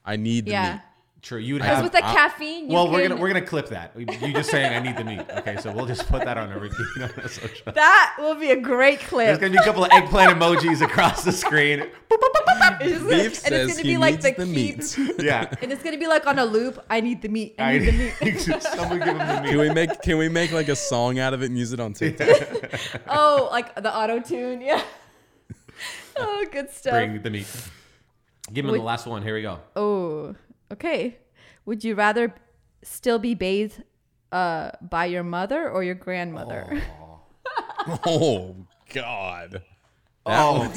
Speaker 3: I need the
Speaker 2: Yeah.
Speaker 3: meat.
Speaker 1: True. You'd
Speaker 2: Because
Speaker 1: have.
Speaker 2: with the
Speaker 3: I-
Speaker 2: caffeine, you
Speaker 1: well, we're
Speaker 2: can-
Speaker 1: gonna we're gonna clip that. You just saying I need the meat. Okay, so we'll just put that on a repeat on our social.
Speaker 2: that will be a great
Speaker 1: There's
Speaker 2: clip.
Speaker 1: gonna be a couple of eggplant emojis across the screen.
Speaker 2: It's just-
Speaker 3: Beef
Speaker 2: and
Speaker 3: says
Speaker 2: it's gonna
Speaker 3: he
Speaker 2: be like
Speaker 3: needs
Speaker 2: the,
Speaker 3: the,
Speaker 2: key-
Speaker 3: meat.
Speaker 1: Yeah.
Speaker 2: And it's gonna be like on a loop. I need the meat. I
Speaker 1: I,
Speaker 2: need the meat.
Speaker 1: someone give him the
Speaker 3: Can
Speaker 1: meat.
Speaker 3: we make Can we make like a song out of it and use it on TikTok?
Speaker 2: Oh, like the auto tune. Yeah. oh, good stuff.
Speaker 1: Bring the meat. Give him the
Speaker 2: Would-
Speaker 1: last one. Here we go.
Speaker 2: Oh, okay. Would you rather still be bathed uh, by your mother or your grandmother?
Speaker 3: Oh God.
Speaker 1: Oh.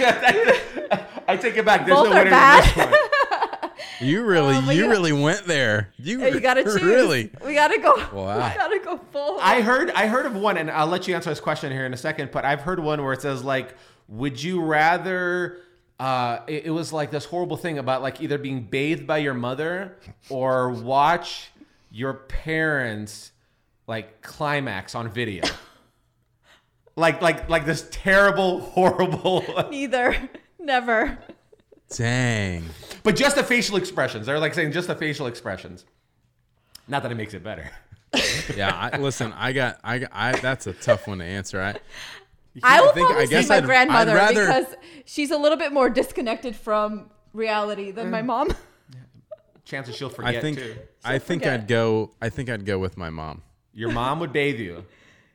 Speaker 1: I take it back. There's
Speaker 2: Both
Speaker 1: no winner
Speaker 2: are
Speaker 1: in
Speaker 2: bad.
Speaker 1: this one.
Speaker 3: You really, you
Speaker 2: Oh God.
Speaker 3: really went there. You,
Speaker 2: you gotta choose.
Speaker 3: Oh. Really?
Speaker 2: We gotta go.
Speaker 3: Wow.
Speaker 2: We gotta go full.
Speaker 1: I heard I heard of one, and I'll let you answer this question here in a second. But I've heard one where it says like, "Would you rather?" Uh, it, it was like this horrible thing about like either being bathed by your mother or watch your parents like climax on video. Like, like, like this terrible, horrible,
Speaker 2: Neither. Never.
Speaker 3: Dang.
Speaker 1: but just the facial expressions. They're like saying just the facial expressions. Not that it makes it better.
Speaker 3: Yeah. I, listen, I got, I, got- I. That's a tough one to answer. I.
Speaker 2: I will
Speaker 3: think- I
Speaker 2: probably
Speaker 3: guess
Speaker 2: see my
Speaker 3: I'd- I'd
Speaker 2: grandmother
Speaker 3: rather-
Speaker 2: because she's a little bit more disconnected from reality than my mom.
Speaker 1: Chances she'll forget
Speaker 3: I think.
Speaker 1: too.
Speaker 3: I think
Speaker 2: forget.
Speaker 3: I'd go. I think I'd go with my mom
Speaker 1: Your mom would bathe you.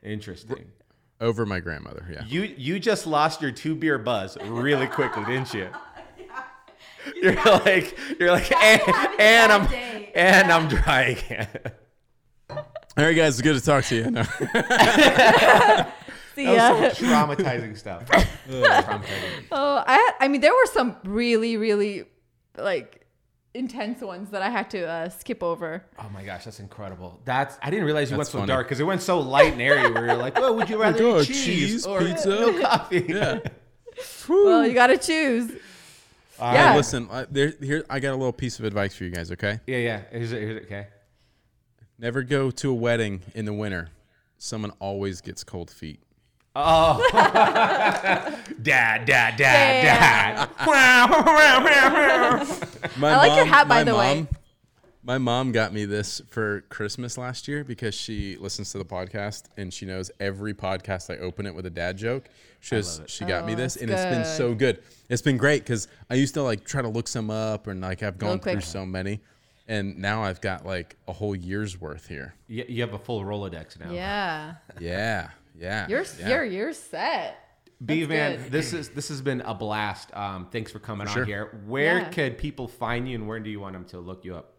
Speaker 1: Interesting.
Speaker 3: over my grandmother. Yeah.
Speaker 1: You you just lost your two beer buzz really quickly, didn't you? You're like you're like and, and I'm
Speaker 2: day.
Speaker 1: and I'm dry again.
Speaker 3: All right, guys. It's good to talk to you. No.
Speaker 2: See
Speaker 1: That
Speaker 2: ya.
Speaker 1: was some traumatizing stuff. Traumatizing.
Speaker 2: Oh, I I mean there were some really really like intense ones that I had to uh, skip over.
Speaker 1: Oh my gosh, that's incredible. That's I didn't realize you went
Speaker 3: That's
Speaker 1: so
Speaker 3: funny. Oh
Speaker 1: dark because it went so light and airy. Where you're like, well, would you rather
Speaker 3: God,
Speaker 1: eat cheese,
Speaker 3: cheese,
Speaker 1: or
Speaker 3: pizza?
Speaker 1: no coffee? Yeah.
Speaker 2: Well, you got to choose.
Speaker 3: Hey,
Speaker 2: yeah.
Speaker 3: listen. I, there, here, I got a little piece of advice for you guys. Okay.
Speaker 1: yeah, yeah. Here's it. Here's it. Okay.
Speaker 3: Never go to a wedding in the winter. Someone always gets cold feet.
Speaker 1: Oh. Dad, dad, dad,
Speaker 2: Yeah.
Speaker 1: dad. Wow.
Speaker 3: My
Speaker 2: I like your hat, by
Speaker 3: my
Speaker 2: the way.
Speaker 3: mom- My mom got me this for Christmas last year because she listens to the podcast and she knows every podcast I open it with a dad joke. She was, she got
Speaker 2: Oh,
Speaker 3: me this and it's been so good. It's been great because I used to like try to look some up and like I've gone
Speaker 2: Real quick.
Speaker 3: through so many, and now I've got like a whole year's worth here.
Speaker 1: you, you have a full Rolodex now.
Speaker 2: Yeah.
Speaker 3: Yeah, yeah.
Speaker 2: You're
Speaker 3: yeah.
Speaker 2: you're you're set.
Speaker 1: B man,
Speaker 2: good.
Speaker 1: this is this has been a blast. Um, thanks for coming
Speaker 3: sure.
Speaker 1: on here. Where
Speaker 2: Yeah.
Speaker 1: could people find you, and where do you want them to look you up?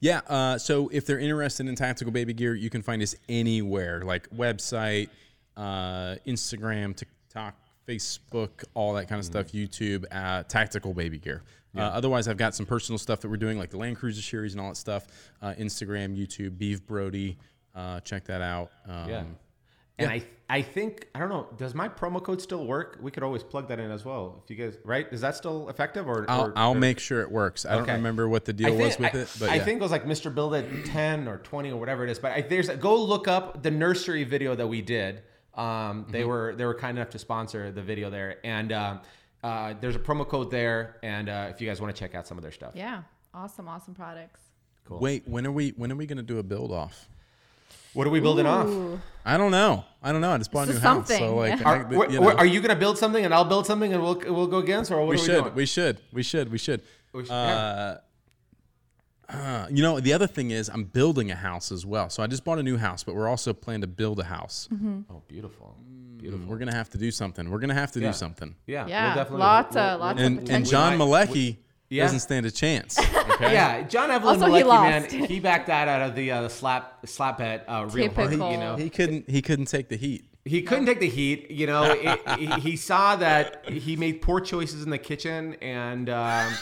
Speaker 3: Yeah. Uh, so if they're interested in tactical baby gear, you can find us anywhere like website, uh, Instagram, TikTok, Facebook, all that
Speaker 1: Mm-hmm.
Speaker 3: kind of stuff, YouTube, uh, tactical baby gear. Uh, otherwise, I've got some personal stuff that we're doing, like the Land Cruiser series and all that stuff. Uh, Instagram, YouTube, Beef Brody. Uh, check that out. Um,
Speaker 1: Yeah. And I I think I don't know. Does my promo code still work? We could always plug that in as well. If you guys right, is that still effective? Or
Speaker 3: I'll,
Speaker 1: or-
Speaker 3: I'll
Speaker 1: or-
Speaker 3: make sure it works. I
Speaker 1: Okay.
Speaker 3: don't remember what the deal
Speaker 1: I think,
Speaker 3: was with
Speaker 1: I,
Speaker 3: it, but
Speaker 1: I
Speaker 3: yeah.
Speaker 1: think it was like Mr. Build at ten or twenty or whatever it is. But I, there's go look up the nursery video that we did. Um, they
Speaker 3: Mm-hmm.
Speaker 1: were they were kind enough to sponsor the video there, and um, uh, there's a promo code there. And uh, if you guys want to check out some of their stuff,
Speaker 2: Yeah. Awesome, awesome products.
Speaker 3: Wait, when are we? When are we going to do a build off?
Speaker 1: what are we building off?
Speaker 2: Ooh.
Speaker 3: I don't know. I don't know. I just bought a
Speaker 2: This
Speaker 3: new
Speaker 2: is
Speaker 3: house, so
Speaker 2: something.
Speaker 3: like, I
Speaker 1: Are,
Speaker 3: think that,
Speaker 1: wh-
Speaker 3: you
Speaker 1: wh-
Speaker 3: know.
Speaker 1: are you gonna build something and I'll build something and we'll we'll go against or what
Speaker 3: we
Speaker 1: are
Speaker 3: should.
Speaker 1: we doing?
Speaker 3: We should. We should. We should.
Speaker 1: We should,
Speaker 3: Uh, uh, you know, the other thing is I'm building a house as well. So I just bought a new house, but we're also planning to build a house.
Speaker 1: oh, beautiful,
Speaker 3: And
Speaker 1: beautiful.
Speaker 3: We're gonna have to do something. We're gonna have to
Speaker 1: Mm-hmm. Yeah.
Speaker 3: do something.
Speaker 1: Yeah,
Speaker 2: Yeah,
Speaker 1: we'll definitely-
Speaker 2: lots
Speaker 1: we'll-
Speaker 2: of-
Speaker 1: we'll-
Speaker 2: lots of
Speaker 3: And and
Speaker 2: potential.
Speaker 3: John
Speaker 1: We might-
Speaker 3: Malecki
Speaker 1: Yeah.
Speaker 3: doesn't stand a chance. Okay.
Speaker 1: Yeah, John Evelyn
Speaker 2: Also, he
Speaker 1: Malecki, man,
Speaker 2: lost.
Speaker 1: he backed that out of the uh, slap slap bet uh, real hard. You
Speaker 2: Typical.
Speaker 1: know,
Speaker 3: He couldn't. He couldn't take the heat.
Speaker 1: he couldn't take the heat. You know, it, he, he saw that he made poor choices in the kitchen, and um,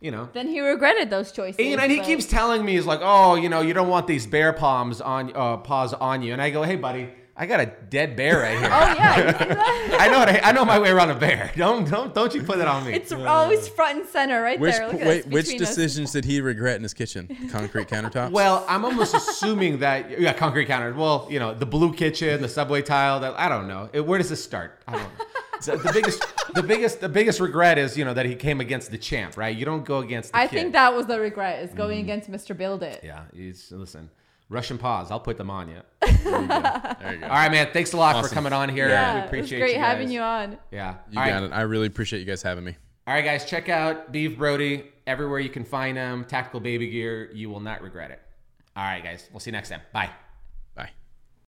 Speaker 1: you know,
Speaker 2: Then he regretted those choices.
Speaker 1: And, and he
Speaker 2: but-
Speaker 1: keeps telling me he's like, oh, you know, you don't want these bear palms on uh, paws on you, and I go, hey, buddy, I got a dead bear right here.
Speaker 2: Oh yeah, you see that?
Speaker 1: I know what I, I know my way around a bear. Don't don't don't you put that on me.
Speaker 2: It's always front and center, right
Speaker 3: Which
Speaker 2: there. Look at
Speaker 3: wait,
Speaker 2: us,
Speaker 3: which
Speaker 2: between us.
Speaker 3: decisions did he regret in his kitchen? Concrete countertops.
Speaker 1: well, I'm almost assuming that yeah, concrete counter. Well, you know, the blue kitchen, the subway tile. That I don't know. It- where does this start? I don't know. So the biggest, the biggest, the biggest regret is you know that he came against the champ, right? You don't go against. The
Speaker 2: I
Speaker 1: kid.
Speaker 2: think that was the regret is going against Mr. Build It.
Speaker 1: Mm. Yeah, he's listen. Russian pause. I'll put them on you.
Speaker 3: there you go.
Speaker 1: All right, man. Thanks a lot for
Speaker 3: Awesome.
Speaker 1: coming on here.
Speaker 2: Yeah,
Speaker 1: we appreciate
Speaker 2: it was great
Speaker 1: you guys.
Speaker 2: having you on.
Speaker 1: Yeah.
Speaker 3: You
Speaker 1: All right.
Speaker 3: got it. I really appreciate you guys having me.
Speaker 1: All right, guys. Check out Beef Brody everywhere you can find him. Tactical baby gear. You will not regret it. All right, guys. We'll see you next time. Bye.